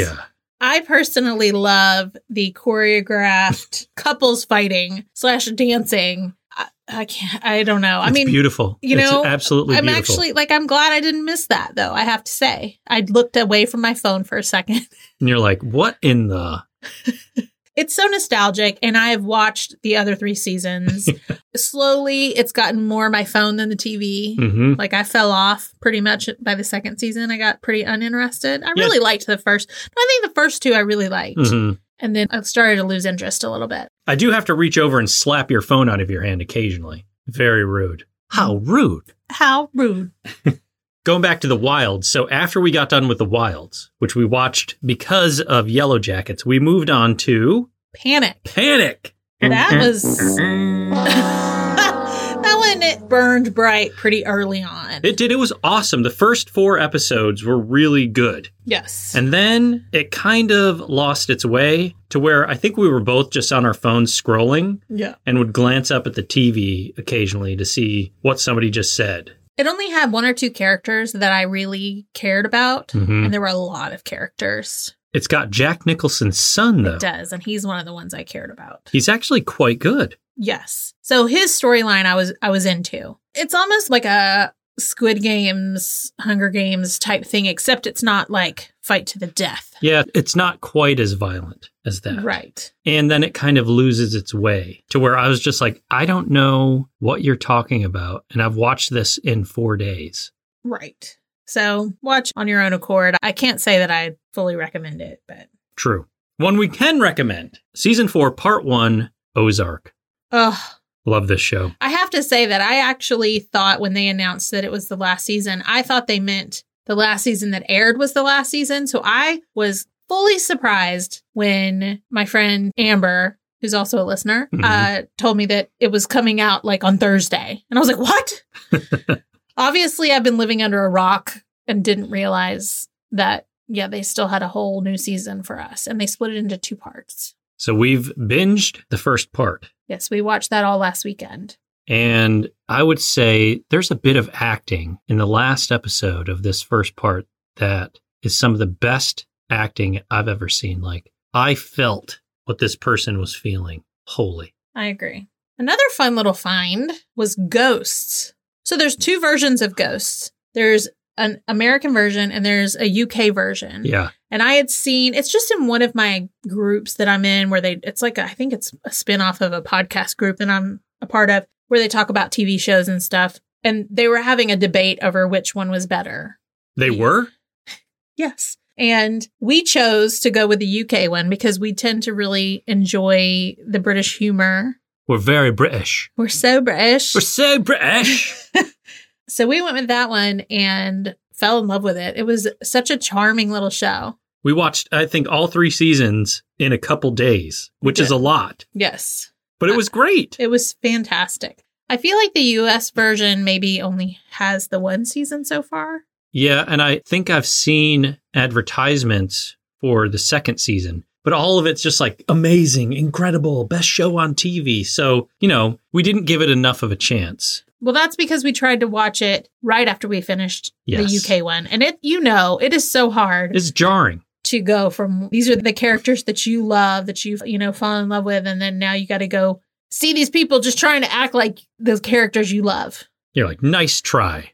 Speaker 1: I personally love the
Speaker 2: (laughs)
Speaker 1: choreographed couples fighting slash dancing. I, I can't, I don't know. I
Speaker 2: It's
Speaker 1: mean,
Speaker 2: beautiful.
Speaker 1: you
Speaker 2: It's
Speaker 1: know,
Speaker 2: absolutely
Speaker 1: I'm
Speaker 2: beautiful.
Speaker 1: actually like, I'm glad I didn't miss that though, I have to say. I looked away from my phone for a second. (laughs)
Speaker 2: and you're like, what in the?
Speaker 1: It's so nostalgic, and I have watched the other three
Speaker 2: (laughs)
Speaker 1: seasons. Slowly, it's gotten more my phone than the TV.
Speaker 2: hmm
Speaker 1: Like I fell off pretty much by the second season. I got pretty uninterested. I
Speaker 2: Yeah.
Speaker 1: really liked the first. no, I think the first two I really liked,
Speaker 2: hmm
Speaker 1: and then I started to lose interest a little bit.
Speaker 2: I do have to reach over and slap your phone out of your hand occasionally. Very rude. How rude.
Speaker 1: How rude!
Speaker 2: going back to the wilds so after we got done with the wilds which we watched because of yellow jackets we moved on to
Speaker 1: Panic.
Speaker 2: panic
Speaker 1: That was that one. It burned bright pretty early on.
Speaker 2: it did it was awesome the first four episodes were really good
Speaker 1: yes.
Speaker 2: and then it kind of lost its way to where i think we were both just on our phones scrolling
Speaker 1: yeah.
Speaker 2: and would glance up at the tv occasionally to see what somebody just said
Speaker 1: It only had one or two characters that I really cared about,
Speaker 2: Mhm.
Speaker 1: and there were a lot of characters.
Speaker 2: it's got jack nicholson's son though
Speaker 1: It does, and he's one of the ones I cared about.
Speaker 2: he's actually quite good
Speaker 1: Yes. So his storyline I was I was into. It's almost like a Squid Games, Hunger Games type thing, except it's not like fight to the death.
Speaker 2: yeah it's not quite as violent as that
Speaker 1: Right.
Speaker 2: And then it kind of loses its way to where I was just like, I don't know what you're talking about. And I've watched this in four days.
Speaker 1: Right. So watch on your own accord. I can't say that I fully recommend it, but
Speaker 2: True. One we can recommend season four, part one Ozark.
Speaker 1: oh,
Speaker 2: Love this show.
Speaker 1: I have to say that I actually thought when they announced that it was the last season, I thought they meant the last season that aired was the last season. So I was fully surprised when my friend Amber, who's also a listener,
Speaker 2: Mhm.
Speaker 1: uh, told me that it was coming out like on Thursday. And I was like, what? Obviously, I've been living under a rock and didn't realize that, yeah, they still had a whole new season for us and they split it into two parts.
Speaker 2: So we've binged the first part.
Speaker 1: Yes, we watched that all last weekend.
Speaker 2: And I would say there's a bit of acting in the last episode of this first part that is some of the best acting I've ever seen. Like, I felt what this person was feeling. Holy.
Speaker 1: I agree. Another fun little find was Ghosts. So there's two versions of Ghosts. There's an American version and there's a UK version.
Speaker 2: Yeah.
Speaker 1: And I had seen it's just in one of my groups that I'm in where they it's like a, I think it's a spin-off of a podcast group that I'm a part of where they talk about TV shows and stuff and they were having a debate over which one was better.
Speaker 2: They were?
Speaker 1: Yes. And we chose to go with the UK one because we tend to really enjoy the British humor.
Speaker 2: We're very British.
Speaker 1: We're so British.
Speaker 2: We're so British.
Speaker 1: So we went with that one and fell in love with it. It was such a charming little show.
Speaker 2: We watched, I think, all three seasons in a couple days, which is
Speaker 1: did.
Speaker 2: a lot,
Speaker 1: Yes.
Speaker 2: but it was great.
Speaker 1: It was fantastic. I feel like the US version maybe only has the one season so far.
Speaker 2: Yeah. And I think I've seen advertisements for the second season, but all of it's just like amazing, incredible, best show on TV. So, you know, we didn't give it enough of a chance.
Speaker 1: Well, that's because we tried to watch it right after we finished
Speaker 2: Yes.
Speaker 1: the UK one. And it you know, it is so hard
Speaker 2: It's jarring.
Speaker 1: to go from these are the characters that you love, that you've, you know, fallen in love with, and then now you gotta go see these people just trying to act like those characters you love.
Speaker 2: You're like, nice try.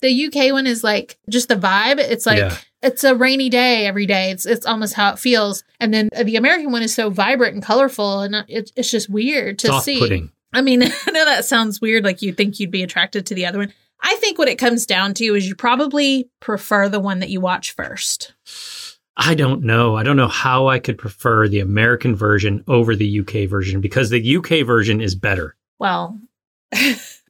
Speaker 1: The UK one is like just the vibe. It's like
Speaker 2: Yeah.
Speaker 1: it's a rainy day every day. It's it's almost how it feels. And then the American one is so vibrant and colorful, and it, it's just weird to
Speaker 2: Soft
Speaker 1: see.
Speaker 2: pudding.
Speaker 1: I mean, (laughs) I know that sounds weird. Like you think you'd be attracted to the other one. I think what it comes down to is you probably prefer the one that you watch first.
Speaker 2: I don't know. I don't know how I could prefer the American version over the UK version because the UK version is better.
Speaker 1: Well, (laughs)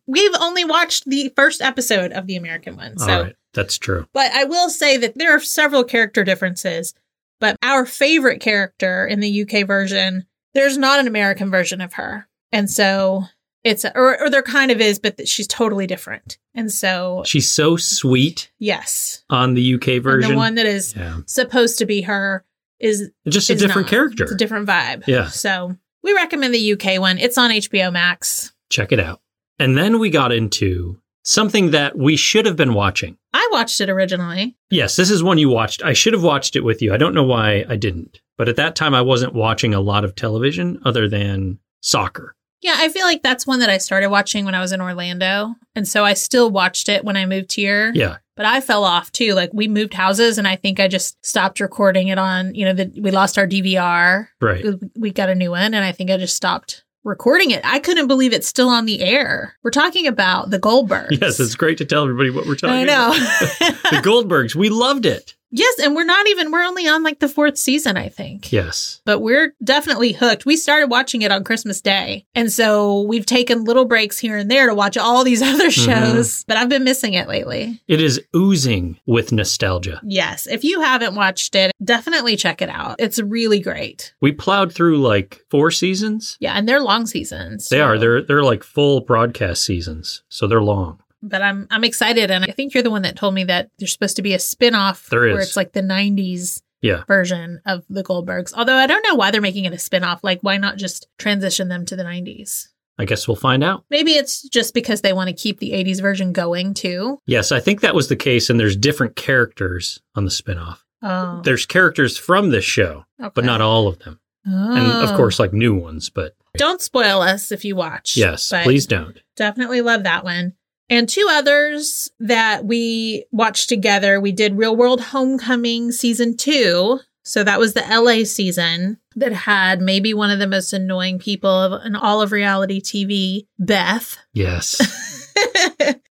Speaker 1: we've only watched the first episode of the American one, so.
Speaker 2: All right. That's true.
Speaker 1: But I will say that there are several character differences. But our favorite character in the UK version, there's not an American version of her. And so it's, or, or there kind of is, but she's totally different. And so,
Speaker 2: She's so sweet
Speaker 1: yes.
Speaker 2: on the UK
Speaker 1: And
Speaker 2: version.
Speaker 1: the one that is
Speaker 2: yeah.
Speaker 1: supposed to be her is
Speaker 2: Just a
Speaker 1: is
Speaker 2: different
Speaker 1: not.
Speaker 2: character.
Speaker 1: It's a different vibe.
Speaker 2: Yeah.
Speaker 1: So we recommend the UK one. It's on HBO Max.
Speaker 2: Check it out. And then we got into something that we should have been watching.
Speaker 1: I watched it originally.
Speaker 2: Yes, this is one you watched. I should have watched it with you. I don't know why I didn't. But at that time, I wasn't watching a lot of television other than soccer.
Speaker 1: Yeah, I feel like that's one that I started watching when I was in Orlando. And so I still watched it when I moved here.
Speaker 2: Yeah.
Speaker 1: But I fell off too. Like we moved houses and I think I just stopped recording it on, you know, the, we lost our DVR.
Speaker 2: Right.
Speaker 1: We got a new one and I think I just stopped recording it. I couldn't believe it's still on the air. We're talking about the Goldbergs.
Speaker 2: (laughs) Yes, it's great to tell everybody what we're talking
Speaker 1: I
Speaker 2: about. the
Speaker 1: (laughs)
Speaker 2: (laughs)
Speaker 1: know.
Speaker 2: Goldbergs, we loved it.
Speaker 1: yes, and we're not even we're only on like the fourth season, I think.
Speaker 2: Yes.
Speaker 1: But we're definitely hooked. We started watching it on Christmas Day. And so we've taken little breaks here and there to watch all these (laughs) other shows,
Speaker 2: Mm-hmm.
Speaker 1: but I've been missing it lately.
Speaker 2: It is oozing with nostalgia.
Speaker 1: Yes. If you haven't watched it, definitely check it out. It's really great.
Speaker 2: We plowed through like four seasons.
Speaker 1: Yeah. And they're long seasons.
Speaker 2: They are.
Speaker 1: so-
Speaker 2: They're they're like full broadcast seasons. So they're long.
Speaker 1: But I'm I'm excited. And I think you're the one that told me that there's supposed to be a spin off
Speaker 2: There
Speaker 1: where
Speaker 2: is.
Speaker 1: it's like the 90s
Speaker 2: Yeah.
Speaker 1: version of the Goldbergs. Although I don't know why they're making it a spin off. Like, why not just transition them to the 90s?
Speaker 2: I guess we'll find out.
Speaker 1: Maybe it's just because they want to keep the 80s version going too.
Speaker 2: Yes, I think that was the case and there's different characters on the spinoff.
Speaker 1: Oh,
Speaker 2: There's characters from this show, but not all of them. And
Speaker 1: Hmm.
Speaker 2: of course like new ones, but
Speaker 1: Oh. don't spoil us if you watch.
Speaker 2: yes,
Speaker 1: but
Speaker 2: please don't.
Speaker 1: Definitely love that one. And two others that we watched together. We did Real World Homecoming season two. So that was the LA season that had maybe one of the most annoying people of- in all of reality TV, Beth. (laughs)
Speaker 2: Yes.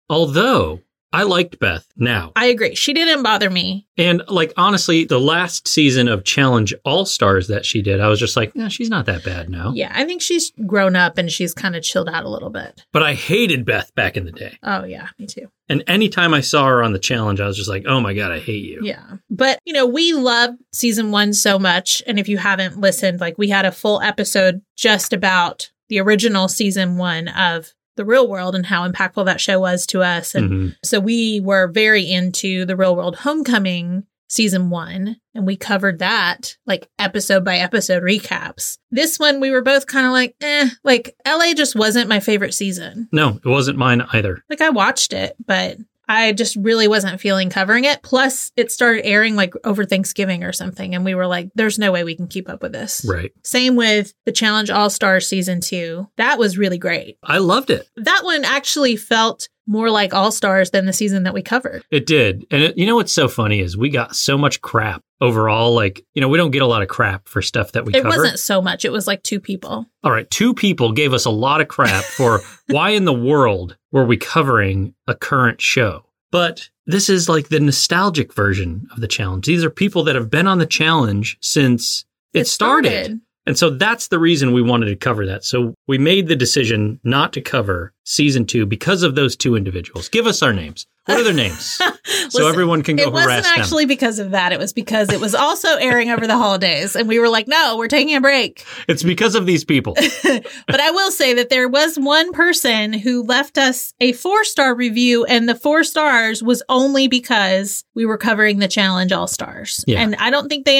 Speaker 2: Although I liked Beth now.
Speaker 1: I agree. She didn't bother me.
Speaker 2: And like honestly, the last season of Challenge All Stars that she did, I was just like, yeah, she's not that bad now.
Speaker 1: Yeah, I think she's grown up and she's kind of chilled out a little bit.
Speaker 2: But I hated Beth back in the day.
Speaker 1: Oh, yeah, me too.
Speaker 2: And anytime I saw her on the challenge, I was just like, oh my God, I hate you.
Speaker 1: Yeah. But, you know, we love season one so much. And if you haven't listened, like we had a full episode just about the original season one of The Real World and how impactful that show was to us. And
Speaker 2: Mhm.
Speaker 1: so we were very into The Real World Homecoming season one. And we covered that like episode by episode recaps. This one, we were both kind of like, eh, like LA just wasn't my favorite season.
Speaker 2: No, it wasn't mine either.
Speaker 1: Like I watched it, but I just really wasn't feeling covering it. Plus, it started airing like over Thanksgiving or something, and we were like, "There's no way we can keep up with this."
Speaker 2: Right.
Speaker 1: Same with the Challenge All Star Season Two. That was really great.
Speaker 2: I loved it.
Speaker 1: That one actually felt more like All Stars than the season that we covered.
Speaker 2: It did. And it, you know what's so funny is we got so much crap overall. Like, you know, we don't get a lot of crap for stuff that we
Speaker 1: it
Speaker 2: cover.
Speaker 1: wasn't so much. It was like two people.
Speaker 2: All right. Two people gave us a lot of crap for why in the world were we covering a current show? But this is like the nostalgic version of the challenge. These are people that have been on the challenge since it, started. And so that's the reason we wanted to cover that. So we made the decision not to cover season two because of those two individuals. Give us our names. What are their names? so
Speaker 1: Listen,
Speaker 2: everyone can go
Speaker 1: It wasn't
Speaker 2: harass them.
Speaker 1: actually because of that. It was because it was also airing over the holidays. And we were like, no, we're taking a break.
Speaker 2: It's because of these (laughs) people.
Speaker 1: But I will say that there was one person who left us a four star review, and the four stars was only because we were covering the challenge all stars.
Speaker 2: Yeah.
Speaker 1: And I don't think they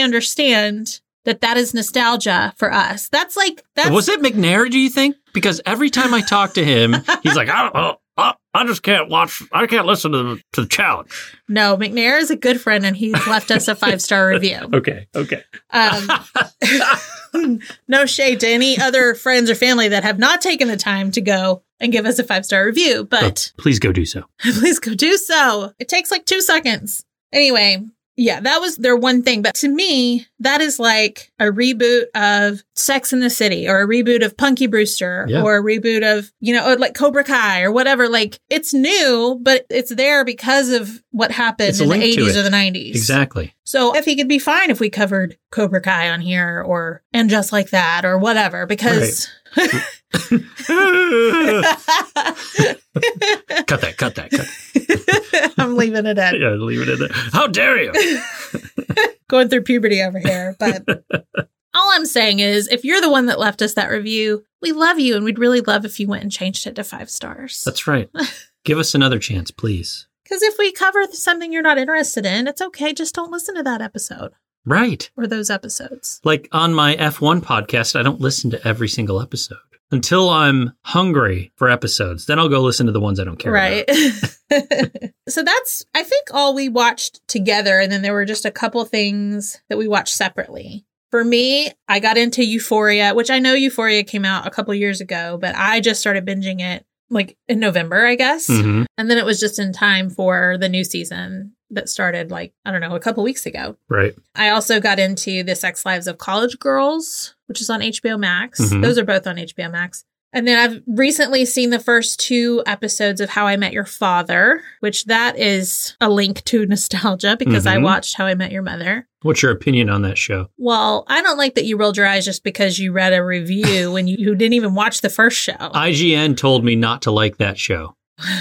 Speaker 1: understand that that is nostalgia for us. That's like, that's.
Speaker 2: was it McNair, do you think? Because every time I talk to him, he's like, I, don't- I, I just can't watch, I can't listen to the, to the challenge.
Speaker 1: no, McNair is a good friend, and he's left us a five star review.
Speaker 2: (laughs) Okay, okay.
Speaker 1: Um, (laughs) no shade to any other friends or family that have not taken the time to go and give us a five star review, but
Speaker 2: Oh, Please go do so.
Speaker 1: (laughs) please go do so. It takes like two seconds. Anyway, yeah, that was their one thing. But to me, that is like a reboot of Sex in the City or a reboot of Punky Brewster
Speaker 2: Yeah.
Speaker 1: or a reboot of, you know, or like Cobra Kai or whatever. Like it's new, but it's there because of what happened
Speaker 2: It's
Speaker 1: in the
Speaker 2: linked to
Speaker 1: 80s
Speaker 2: it.
Speaker 1: or the 90s.
Speaker 2: (laughs) Exactly.
Speaker 1: So if he could be fine if we covered Cobra Kai on here or and just like that or whatever (laughs) because
Speaker 2: cut that, cut that, cut that.
Speaker 1: (laughs) I'm leaving it at
Speaker 2: Yeah, leave it in there. How dare you?
Speaker 1: (laughs) going through puberty over here, but (laughs) all I'm saying is if you're the one that left us that review, we love you and we'd really love if you went and changed it to 5 stars.
Speaker 2: That's right. Give us another chance, please.
Speaker 1: Cuz if we cover something you're not interested in, it's okay, just don't listen to that episode
Speaker 2: Right.
Speaker 1: or those episodes.
Speaker 2: Like on my F1 podcast, I don't listen to every single episode until I'm hungry for episodes. Then I'll go listen to the ones I don't care
Speaker 1: right.
Speaker 2: about.
Speaker 1: (laughs) so that's I think all we watched together and then there were just a couple things that we watched separately. For me, I got into Euphoria, which I know Euphoria came out a couple years ago, but I just started binging it like in November, I guess.
Speaker 2: Mhm.
Speaker 1: And then it was just in time for the new season that started like, I don't know, a couple weeks ago.
Speaker 2: Right.
Speaker 1: I also got into The Sex Lives of College Girls, which is on HBO Max.
Speaker 2: Mhm.
Speaker 1: Those are both on HBO Max. And then I've recently seen the first two episodes of How I Met Your Father, which that is a link to (laughs) nostalgia because I
Speaker 2: Mhm.
Speaker 1: watched How I Met Your Mother.
Speaker 2: What's your opinion on that show?
Speaker 1: Well, I don't like that you rolled your eyes just because you read a review and you, you didn't even watch the first show.
Speaker 2: IGN told me not to like that show.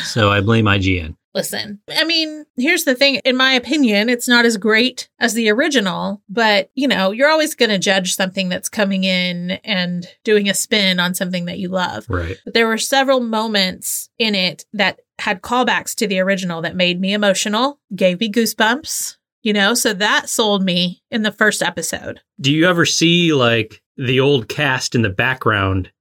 Speaker 2: So I blame IGN.
Speaker 1: Listen, I mean, here's the thing. In my opinion, it's not as great as the original, but you know, you're always going to judge something that's coming in and doing a spin on something that you love.
Speaker 2: Right.
Speaker 1: But there were several moments in it that had callbacks to the original that made me emotional, gave me goosebumps, you know, so that sold me in the first episode.
Speaker 2: Do you ever see like the old cast in the background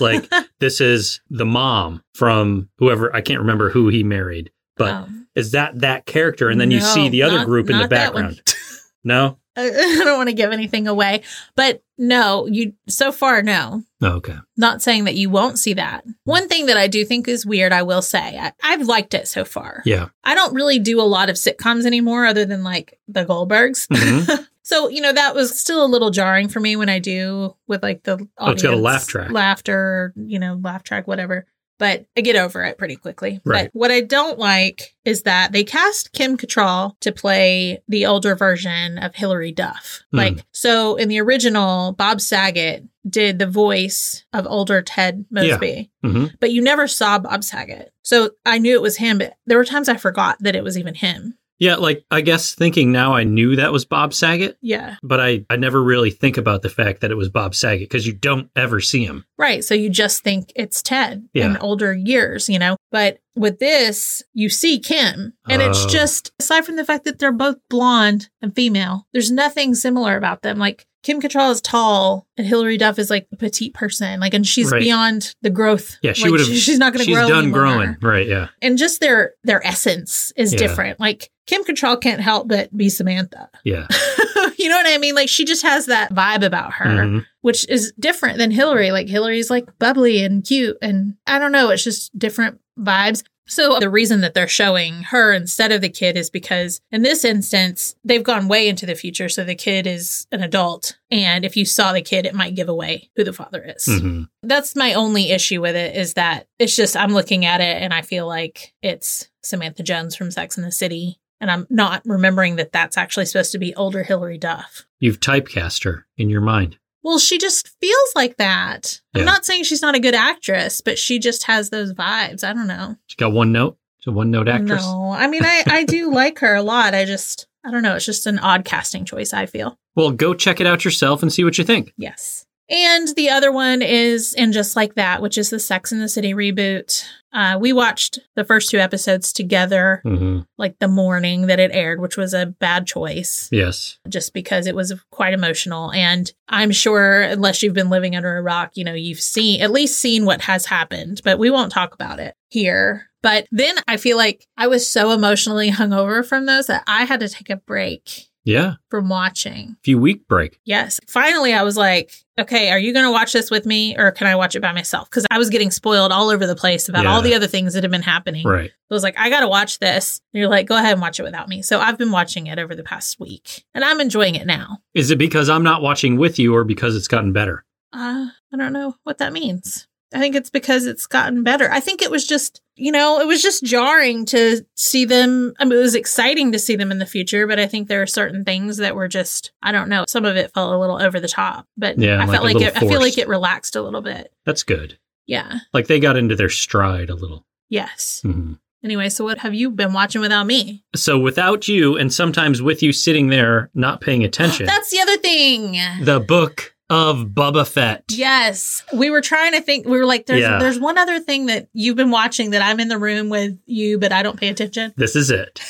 Speaker 1: (laughs)
Speaker 2: like this is the mom from whoever I can't remember who he married, but
Speaker 1: Um, (laughs)
Speaker 2: is that that character and then you
Speaker 1: No,
Speaker 2: see the other
Speaker 1: not-
Speaker 2: group in the
Speaker 1: not that one.
Speaker 2: background no
Speaker 1: I I don't want to give anything away, but no, you so far no.
Speaker 2: (laughs) oh, okay
Speaker 1: Not saying that you won't see that. One thing that I do think is weird, I will say, I, I've liked it so far.
Speaker 2: yeah
Speaker 1: I don't really do a lot of sitcoms anymore other than like the Goldbergs. (laughs)
Speaker 2: Mhm.
Speaker 1: so, you know, that was still a little jarring for me when I do with like the audience.
Speaker 2: Oh, it's got a laugh track.
Speaker 1: Laughter, you know, laugh track, whatever. But I get over it pretty quickly.
Speaker 2: Right.
Speaker 1: But what I don't like is that they cast Kim Cattrall to play the older version of Hillary Duff.
Speaker 2: Hmm.
Speaker 1: Like, so in the original, Bob Saget did the voice of older Ted
Speaker 2: Yeah.
Speaker 1: Mosby
Speaker 2: hmm
Speaker 1: but you never saw Bob Saget. So I knew it was him, but there were times I forgot that it was even him.
Speaker 2: yeah like i guess thinking now i knew that was bob saget
Speaker 1: Yeah.
Speaker 2: but i i never really think about the fact that it was bob saget because you don't ever see him
Speaker 1: Right. So you just think it's Ted in
Speaker 2: Yeah.
Speaker 1: older years, you know? But with this, you see Kim. And it's
Speaker 2: Oh.
Speaker 1: just, aside from the fact that they're both blonde and female, there's nothing similar about them. Like Kim Cattrall is tall and Hillary Duff is like a petite person. Like, and she's
Speaker 2: Right.
Speaker 1: beyond the growth.
Speaker 2: yeah she
Speaker 1: Like,
Speaker 2: would
Speaker 1: (laughs)
Speaker 2: have
Speaker 1: She's not going to
Speaker 2: she's
Speaker 1: grow.
Speaker 2: done
Speaker 1: anymore.
Speaker 2: growing right yeah
Speaker 1: And just their their essence is
Speaker 2: Yeah.
Speaker 1: different. Like Kim Cattrall can't help but be Samantha.
Speaker 2: yeah
Speaker 1: (laughs) you know what I mean? Like she just has that vibe about her,
Speaker 2: Mhm.
Speaker 1: which is different than Hillary. Like Hillary's like bubbly and cute, and I don't know, it's just different vibes. So the reason that they're showing her instead of the kid is because in this instance, they've gone way into the future. So the kid is an adult. And if you saw the kid, it might give away who the father is.
Speaker 2: Mhm.
Speaker 1: That's my only issue with it is that it's just I'm looking at it and I feel like it's Samantha Jones from Sex and the City. And I'm not remembering that that's actually supposed to be older Hillary Duff.
Speaker 2: you've typecast her in your mind
Speaker 1: Well, she just feels like that.
Speaker 2: Yeah.
Speaker 1: I'm not saying she's not a good actress, but she just has those vibes. I don't know.
Speaker 2: She got one note. She's a one note actress.
Speaker 1: No, I mean, I, I
Speaker 2: (laughs)
Speaker 1: do like her a lot. I just, I don't know. It's just an odd casting choice, I feel.
Speaker 2: Well, go check it out yourself and see what you think.
Speaker 1: Yes. And the other one is And Just Like That, which is the Sex and the City reboot. Uh, we watched the first two episodes together,
Speaker 2: Mm-hmm.
Speaker 1: like the morning that it aired, which was a bad choice
Speaker 2: Yes.
Speaker 1: just because it was quite emotional. And I'm sure, unless you've been living under a rock, you know, you've seen at least seen what has happened, but we won't talk about it here. But then I feel like I was so emotionally (laughs) hungover from those that I had to take a break
Speaker 2: Yeah.
Speaker 1: from watching.
Speaker 2: Few week break.
Speaker 1: Yes. Finally, I was like, okay, are you going to watch this with me or can I watch it by myself? Because I was getting spoiled all over the place about all
Speaker 2: Yeah.
Speaker 1: the other things that have been happening.
Speaker 2: Right.
Speaker 1: I was like, I got to watch this. And you're like, go ahead and watch it without me. So I've been watching it over the past week and I'm enjoying it now.
Speaker 2: Is it because I'm not watching with you or because it's gotten better?
Speaker 1: Uh, I don't know what that means. I think it's because it's gotten better. I think it was just, you know, it was just jarring to see them. I mean, it was exciting to see them in the future, but I think there are certain things that were just, I don't know. Some of it felt a little over the top, but
Speaker 2: Yeah,
Speaker 1: I
Speaker 2: like
Speaker 1: felt
Speaker 2: a
Speaker 1: like
Speaker 2: little
Speaker 1: it, I feel like
Speaker 2: forced.
Speaker 1: it relaxed a little bit.
Speaker 2: That's good.
Speaker 1: Yeah.
Speaker 2: Like they got into their stride a little.
Speaker 1: Yes.
Speaker 2: Mhm.
Speaker 1: Anyway, so what have you been watching without me? (gasps)
Speaker 2: So without you and sometimes with you sitting there not paying
Speaker 1: (laughs)
Speaker 2: attention,
Speaker 1: That's the other thing.
Speaker 2: the book of Bubba Fett.
Speaker 1: Yes, we were trying to think. We were like, "There's,
Speaker 2: Yeah.
Speaker 1: there's one other thing that you've been watching that I'm in the room with you, but I don't pay attention."
Speaker 2: This is it.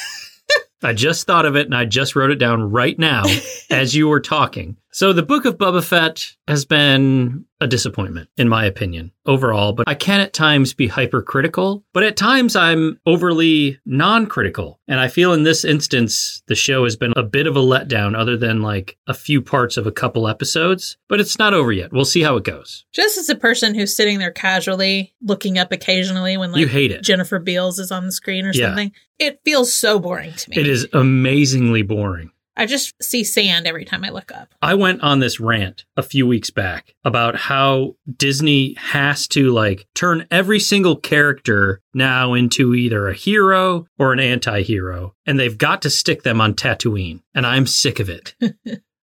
Speaker 2: I just thought of it and I just wrote it down right now as you were talking. So, the book of Boba Fett has been a disappointment, in my opinion, overall. But I can at times be hypercritical, but at times I'm overly non critical. And I feel in this instance, the show has been a bit of a letdown, other than like a few parts of a couple episodes. But it's not over yet. We'll see how it goes.
Speaker 1: Just as a person who's sitting there casually looking up occasionally when
Speaker 2: you
Speaker 1: like
Speaker 2: hate it.
Speaker 1: Jennifer Beals is on the screen or
Speaker 2: Yeah.
Speaker 1: something, it feels so boring to me.
Speaker 2: It is amazingly boring.
Speaker 1: I just see sand every time I look up.
Speaker 2: I went on this rant a few weeks back about how Disney has to like turn every single character now into either a hero or an anti hero, and they've got to stick them on Tatooine. And I'm sick of it.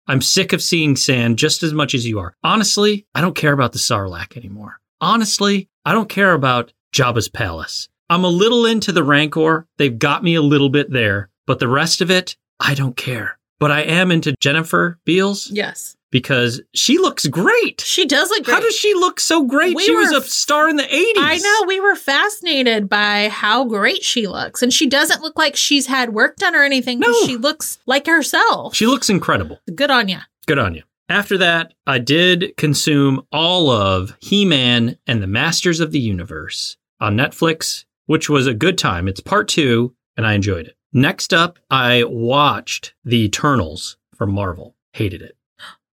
Speaker 2: I'm sick of seeing sand just as much as you are. Honestly, I don't care about the Sarlacc anymore. Honestly, I don't care about Jabba's palace. I'm a little into the Rancor. They've got me a little bit there, but the rest of it, I don't care. But I am into Jennifer Beals
Speaker 1: Yes,
Speaker 2: because she looks great.
Speaker 1: she does look great.
Speaker 2: How does she look so great?
Speaker 1: We
Speaker 2: she was
Speaker 1: were-
Speaker 2: a star in the 80s.
Speaker 1: I know we were fascinated by how great she looks, and she doesn't look like she's had work done or anything. 'cause
Speaker 2: No.
Speaker 1: she looks like herself.
Speaker 2: She looks incredible.
Speaker 1: Good on you.
Speaker 2: Good on you. After that, I did consume all of He Man and the Masters of the Universe on Netflix, which was a good time. It's part two, and I enjoyed it. Next up, I watched The Eternals from Marvel. Hated it.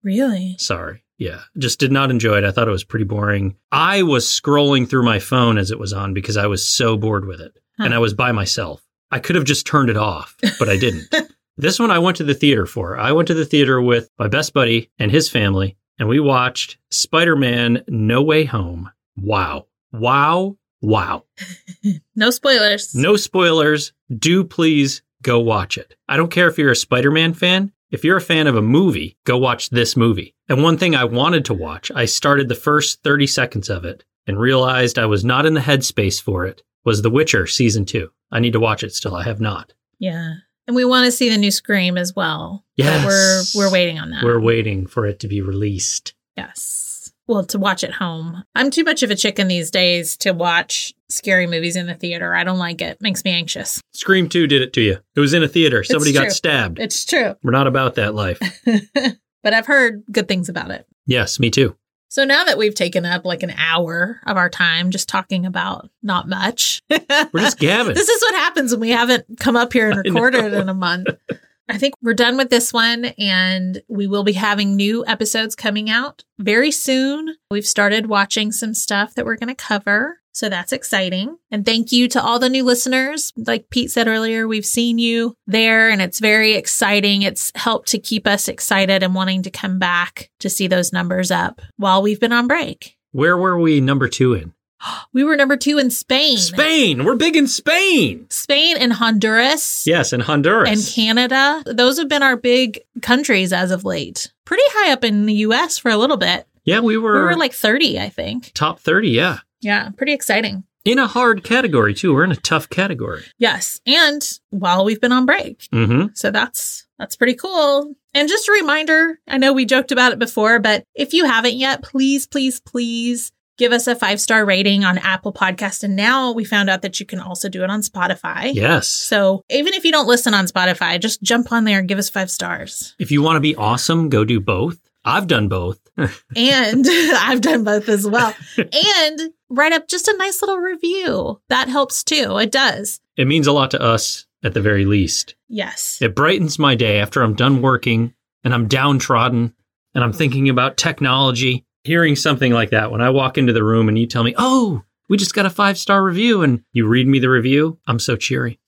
Speaker 1: Really?
Speaker 2: Sorry. Yeah. Just did not enjoy it. I thought it was pretty boring. I was scrolling through my phone as it was on because I was so bored with it
Speaker 1: Huh.
Speaker 2: and I was by myself. I could have just turned it off, but I didn't. this one I went to the theater for. I went to the theater with my best buddy and his family and we watched Spider Man No Way Home. Wow. Wow. Wow.
Speaker 1: No spoilers.
Speaker 2: No spoilers. Do please go watch it. I don't care if you're a Spider Man fan. If you're a fan of a movie, go watch this movie. And one thing I wanted to watch, I started the first 30 seconds of it and realized I was not in the headspace for it, was The Witcher season two. I need to watch it still. I have not.
Speaker 1: Yeah. And we want to see the new Scream as well. But
Speaker 2: Yes.
Speaker 1: we're we're waiting on that.
Speaker 2: We're waiting for it to be released.
Speaker 1: yes. Well, to watch at home. I'm too much of a chicken these days to watch scary movies in the theater. I don't like it. Makes me anxious.
Speaker 2: Scream 2 did it to you. It was in a theater. Somebody got
Speaker 1: true.
Speaker 2: stabbed.
Speaker 1: It's true. (laughs)
Speaker 2: We're not about that life.
Speaker 1: but I've heard good things about it.
Speaker 2: yes, me too.
Speaker 1: So now that we've taken up like an hour of our time just talking about not much. (laughs)
Speaker 2: We're just gabbing.
Speaker 1: This is what happens when we haven't come up here and recorded in a month. I think we're done with this one, and we will be having new episodes coming out very soon. We've started watching some stuff that we're going to cover. So that's exciting. And thank you to all the new listeners. Like Pete said earlier, we've seen you there and it's very exciting. It's helped to keep us excited and wanting to come back to see those numbers up while we've been on break.
Speaker 2: Where were we number two in?
Speaker 1: We were number two in Spain.
Speaker 2: Spain. We're big in Spain.
Speaker 1: Spain and Honduras
Speaker 2: Yes, and Honduras.
Speaker 1: and Canada. Those have been our big countries as of late. Pretty high up in the US for a little bit.
Speaker 2: yeah, we were,
Speaker 1: We were like 30, I think.
Speaker 2: top 30, yeah.
Speaker 1: Yeah, pretty exciting.
Speaker 2: In a hard category, too. We're in a tough category.
Speaker 1: Yes. And while we've been on break.
Speaker 2: Mm-hmm.
Speaker 1: So that's that's pretty cool. And just a reminder, I know we joked about it before, but if you haven't yet, please, please, please give us a five-star rating on Apple Podcast. And now we found out that you can also do it on Spotify.
Speaker 2: Yes.
Speaker 1: So even if you don't listen on Spotify, just jump on there and give us five stars.
Speaker 2: if you want to be awesome, go do both. I've done both.
Speaker 1: And (laughs) I've done both as well. and write up just a nice little review. That helps too. It does.
Speaker 2: It means a lot to us at the very least.
Speaker 1: Yes.
Speaker 2: It brightens my day after I'm done working and I'm downtrodden and I'm thinking about technology. Hearing something like that when I walk into the room and you tell me, oh, we just got a five star review and you read me the review, I'm so cheery.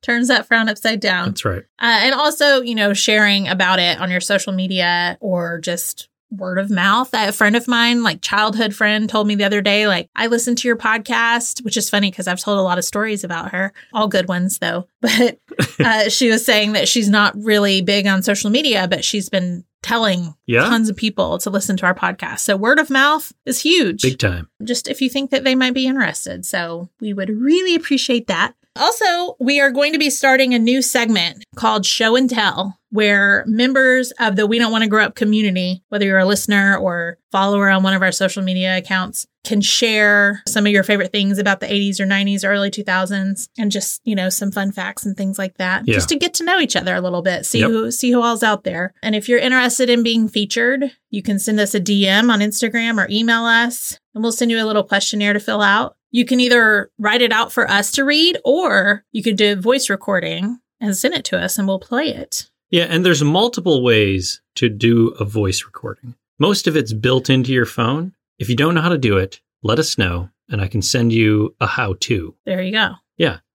Speaker 1: Turns that frown upside down.
Speaker 2: That's right.
Speaker 1: Uh, and also, you know, sharing about it on your social media or just word of mouth. A friend of mine, like childhood friend, told me the other day, like, I listened to your podcast, which is funny because I've told a lot of stories about her, all good ones though. (laughs) But uh, she was saying that she's not really big on social media, but she's been telling
Speaker 2: Yeah.
Speaker 1: tons of people to listen to our podcast. So word of mouth is huge
Speaker 2: Big time.
Speaker 1: just if you think that they might be interested. So we would really appreciate that. Also, we are going to be starting a new segment called Show and Tell, where members of the We Don't Want to Grow Up community, whether you're a listener or follower on one of our social media accounts, can share some of your favorite things about the 80s or 90s, or early 2000s, and just, you know, some fun facts and things like that,
Speaker 2: Yeah.
Speaker 1: just to get to know each other a little bit, see
Speaker 2: Yep.
Speaker 1: who see who all's out there. And if you're interested in being featured, you can send us a DM on Instagram or email us, and we'll send you a little questionnaire to fill out. You can either write it out for us to read, or you could do a voice recording and send it to us, and we'll play it.
Speaker 2: Yeah. And there's multiple ways to do a voice recording. Most of it's built into your phone. If you don't know how to do it, let us know and I can send you a how to.
Speaker 1: There you go.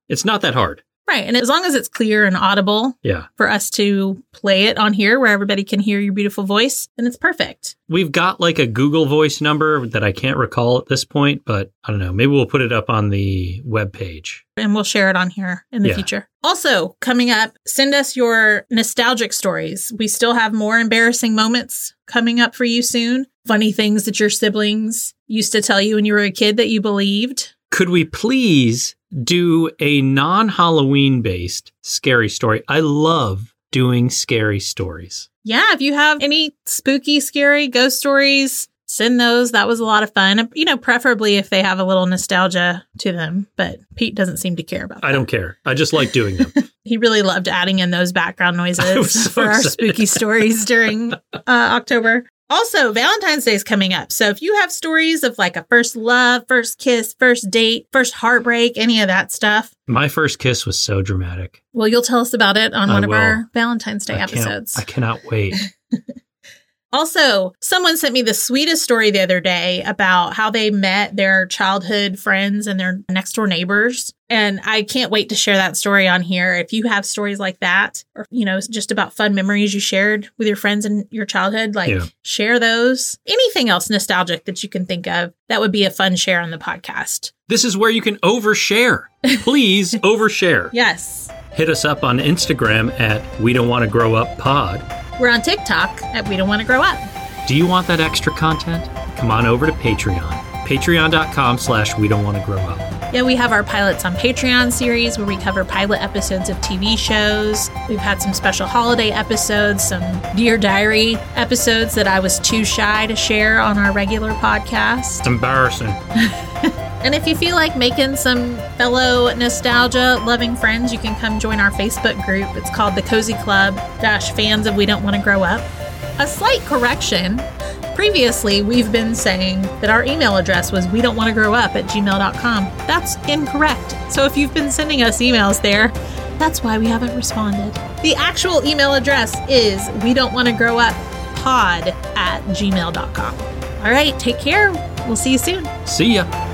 Speaker 2: It's not that hard.
Speaker 1: Right. And as long as it's clear and audible
Speaker 2: Yeah.
Speaker 1: for us to play it on here where everybody can hear your beautiful voice, then it's perfect.
Speaker 2: We've got like a Google Voice number that I can't recall at this point, but I don't know. Maybe we'll put it up on the web page.
Speaker 1: And we'll share it on here in the
Speaker 2: Yeah.
Speaker 1: future. Also, coming up, send us your nostalgic stories. We still have more embarrassing moments coming up for you soon. Funny things that your siblings used to tell you when you were a kid that you believed.
Speaker 2: Could we please do a non Halloween based scary story? I love doing scary stories.
Speaker 1: Yeah, if you have any spooky, scary ghost stories, send those. That was a lot of fun. You know, preferably if they have a little nostalgia to them, but Pete doesn't seem to care about that.
Speaker 2: I don't care. I just like doing them.
Speaker 1: He really loved adding in those background
Speaker 2: (laughs) I was
Speaker 1: noises
Speaker 2: so
Speaker 1: for our
Speaker 2: excited.
Speaker 1: spooky stories
Speaker 2: (laughs)
Speaker 1: during uh, October. Also, Valentine's Day is coming up. So if you have stories of like a first love, first kiss, first date, first heartbreak, any of that stuff,
Speaker 2: My first kiss was so dramatic.
Speaker 1: well, you'll tell us about it on
Speaker 2: I
Speaker 1: one of our
Speaker 2: will.
Speaker 1: Valentine's Day
Speaker 2: I can't-
Speaker 1: episodes.
Speaker 2: I cannot wait.
Speaker 1: Also, someone sent me the sweetest story the other day about how they met their childhood friends and their next door neighbors. And I can't wait to share that story on here. If you have stories like that, or, you know, just about fun memories you shared with your friends in your childhood, like
Speaker 2: Yeah.
Speaker 1: share those. Anything else nostalgic that you can think of, that would be a fun share on the podcast.
Speaker 2: This is where you can overshare. Please overshare.
Speaker 1: Yes.
Speaker 2: Hit us up on Instagram at We Don't Want to Grow Up Pod.
Speaker 1: We're on TikTok at We Don't Want to Grow Up.
Speaker 2: Do you want that extra content? Come on over to Patreon. Patreon.com slash we don't want to grow up.
Speaker 1: Yeah, we have our Pilots on Patreon series where we cover pilot episodes of TV shows. We've had some special holiday episodes, some Dear Diary episodes that I was too shy to share on our regular podcast.
Speaker 2: It's embarrassing.
Speaker 1: And if you feel like making some fellow nostalgia loving friends, you can come join our Facebook group. It's called the Cozy Club Dash Fans of We Don't Want to Grow Up. A slight correction. Previously, we've been saying that our email address was we don't want to grow up at gmail.com. That's incorrect. So if you've been sending us emails there, that's why we haven't responded. The actual email address is we don't want to grow up pod at gmail.com. All right, take care. We'll see you soon.
Speaker 2: See ya.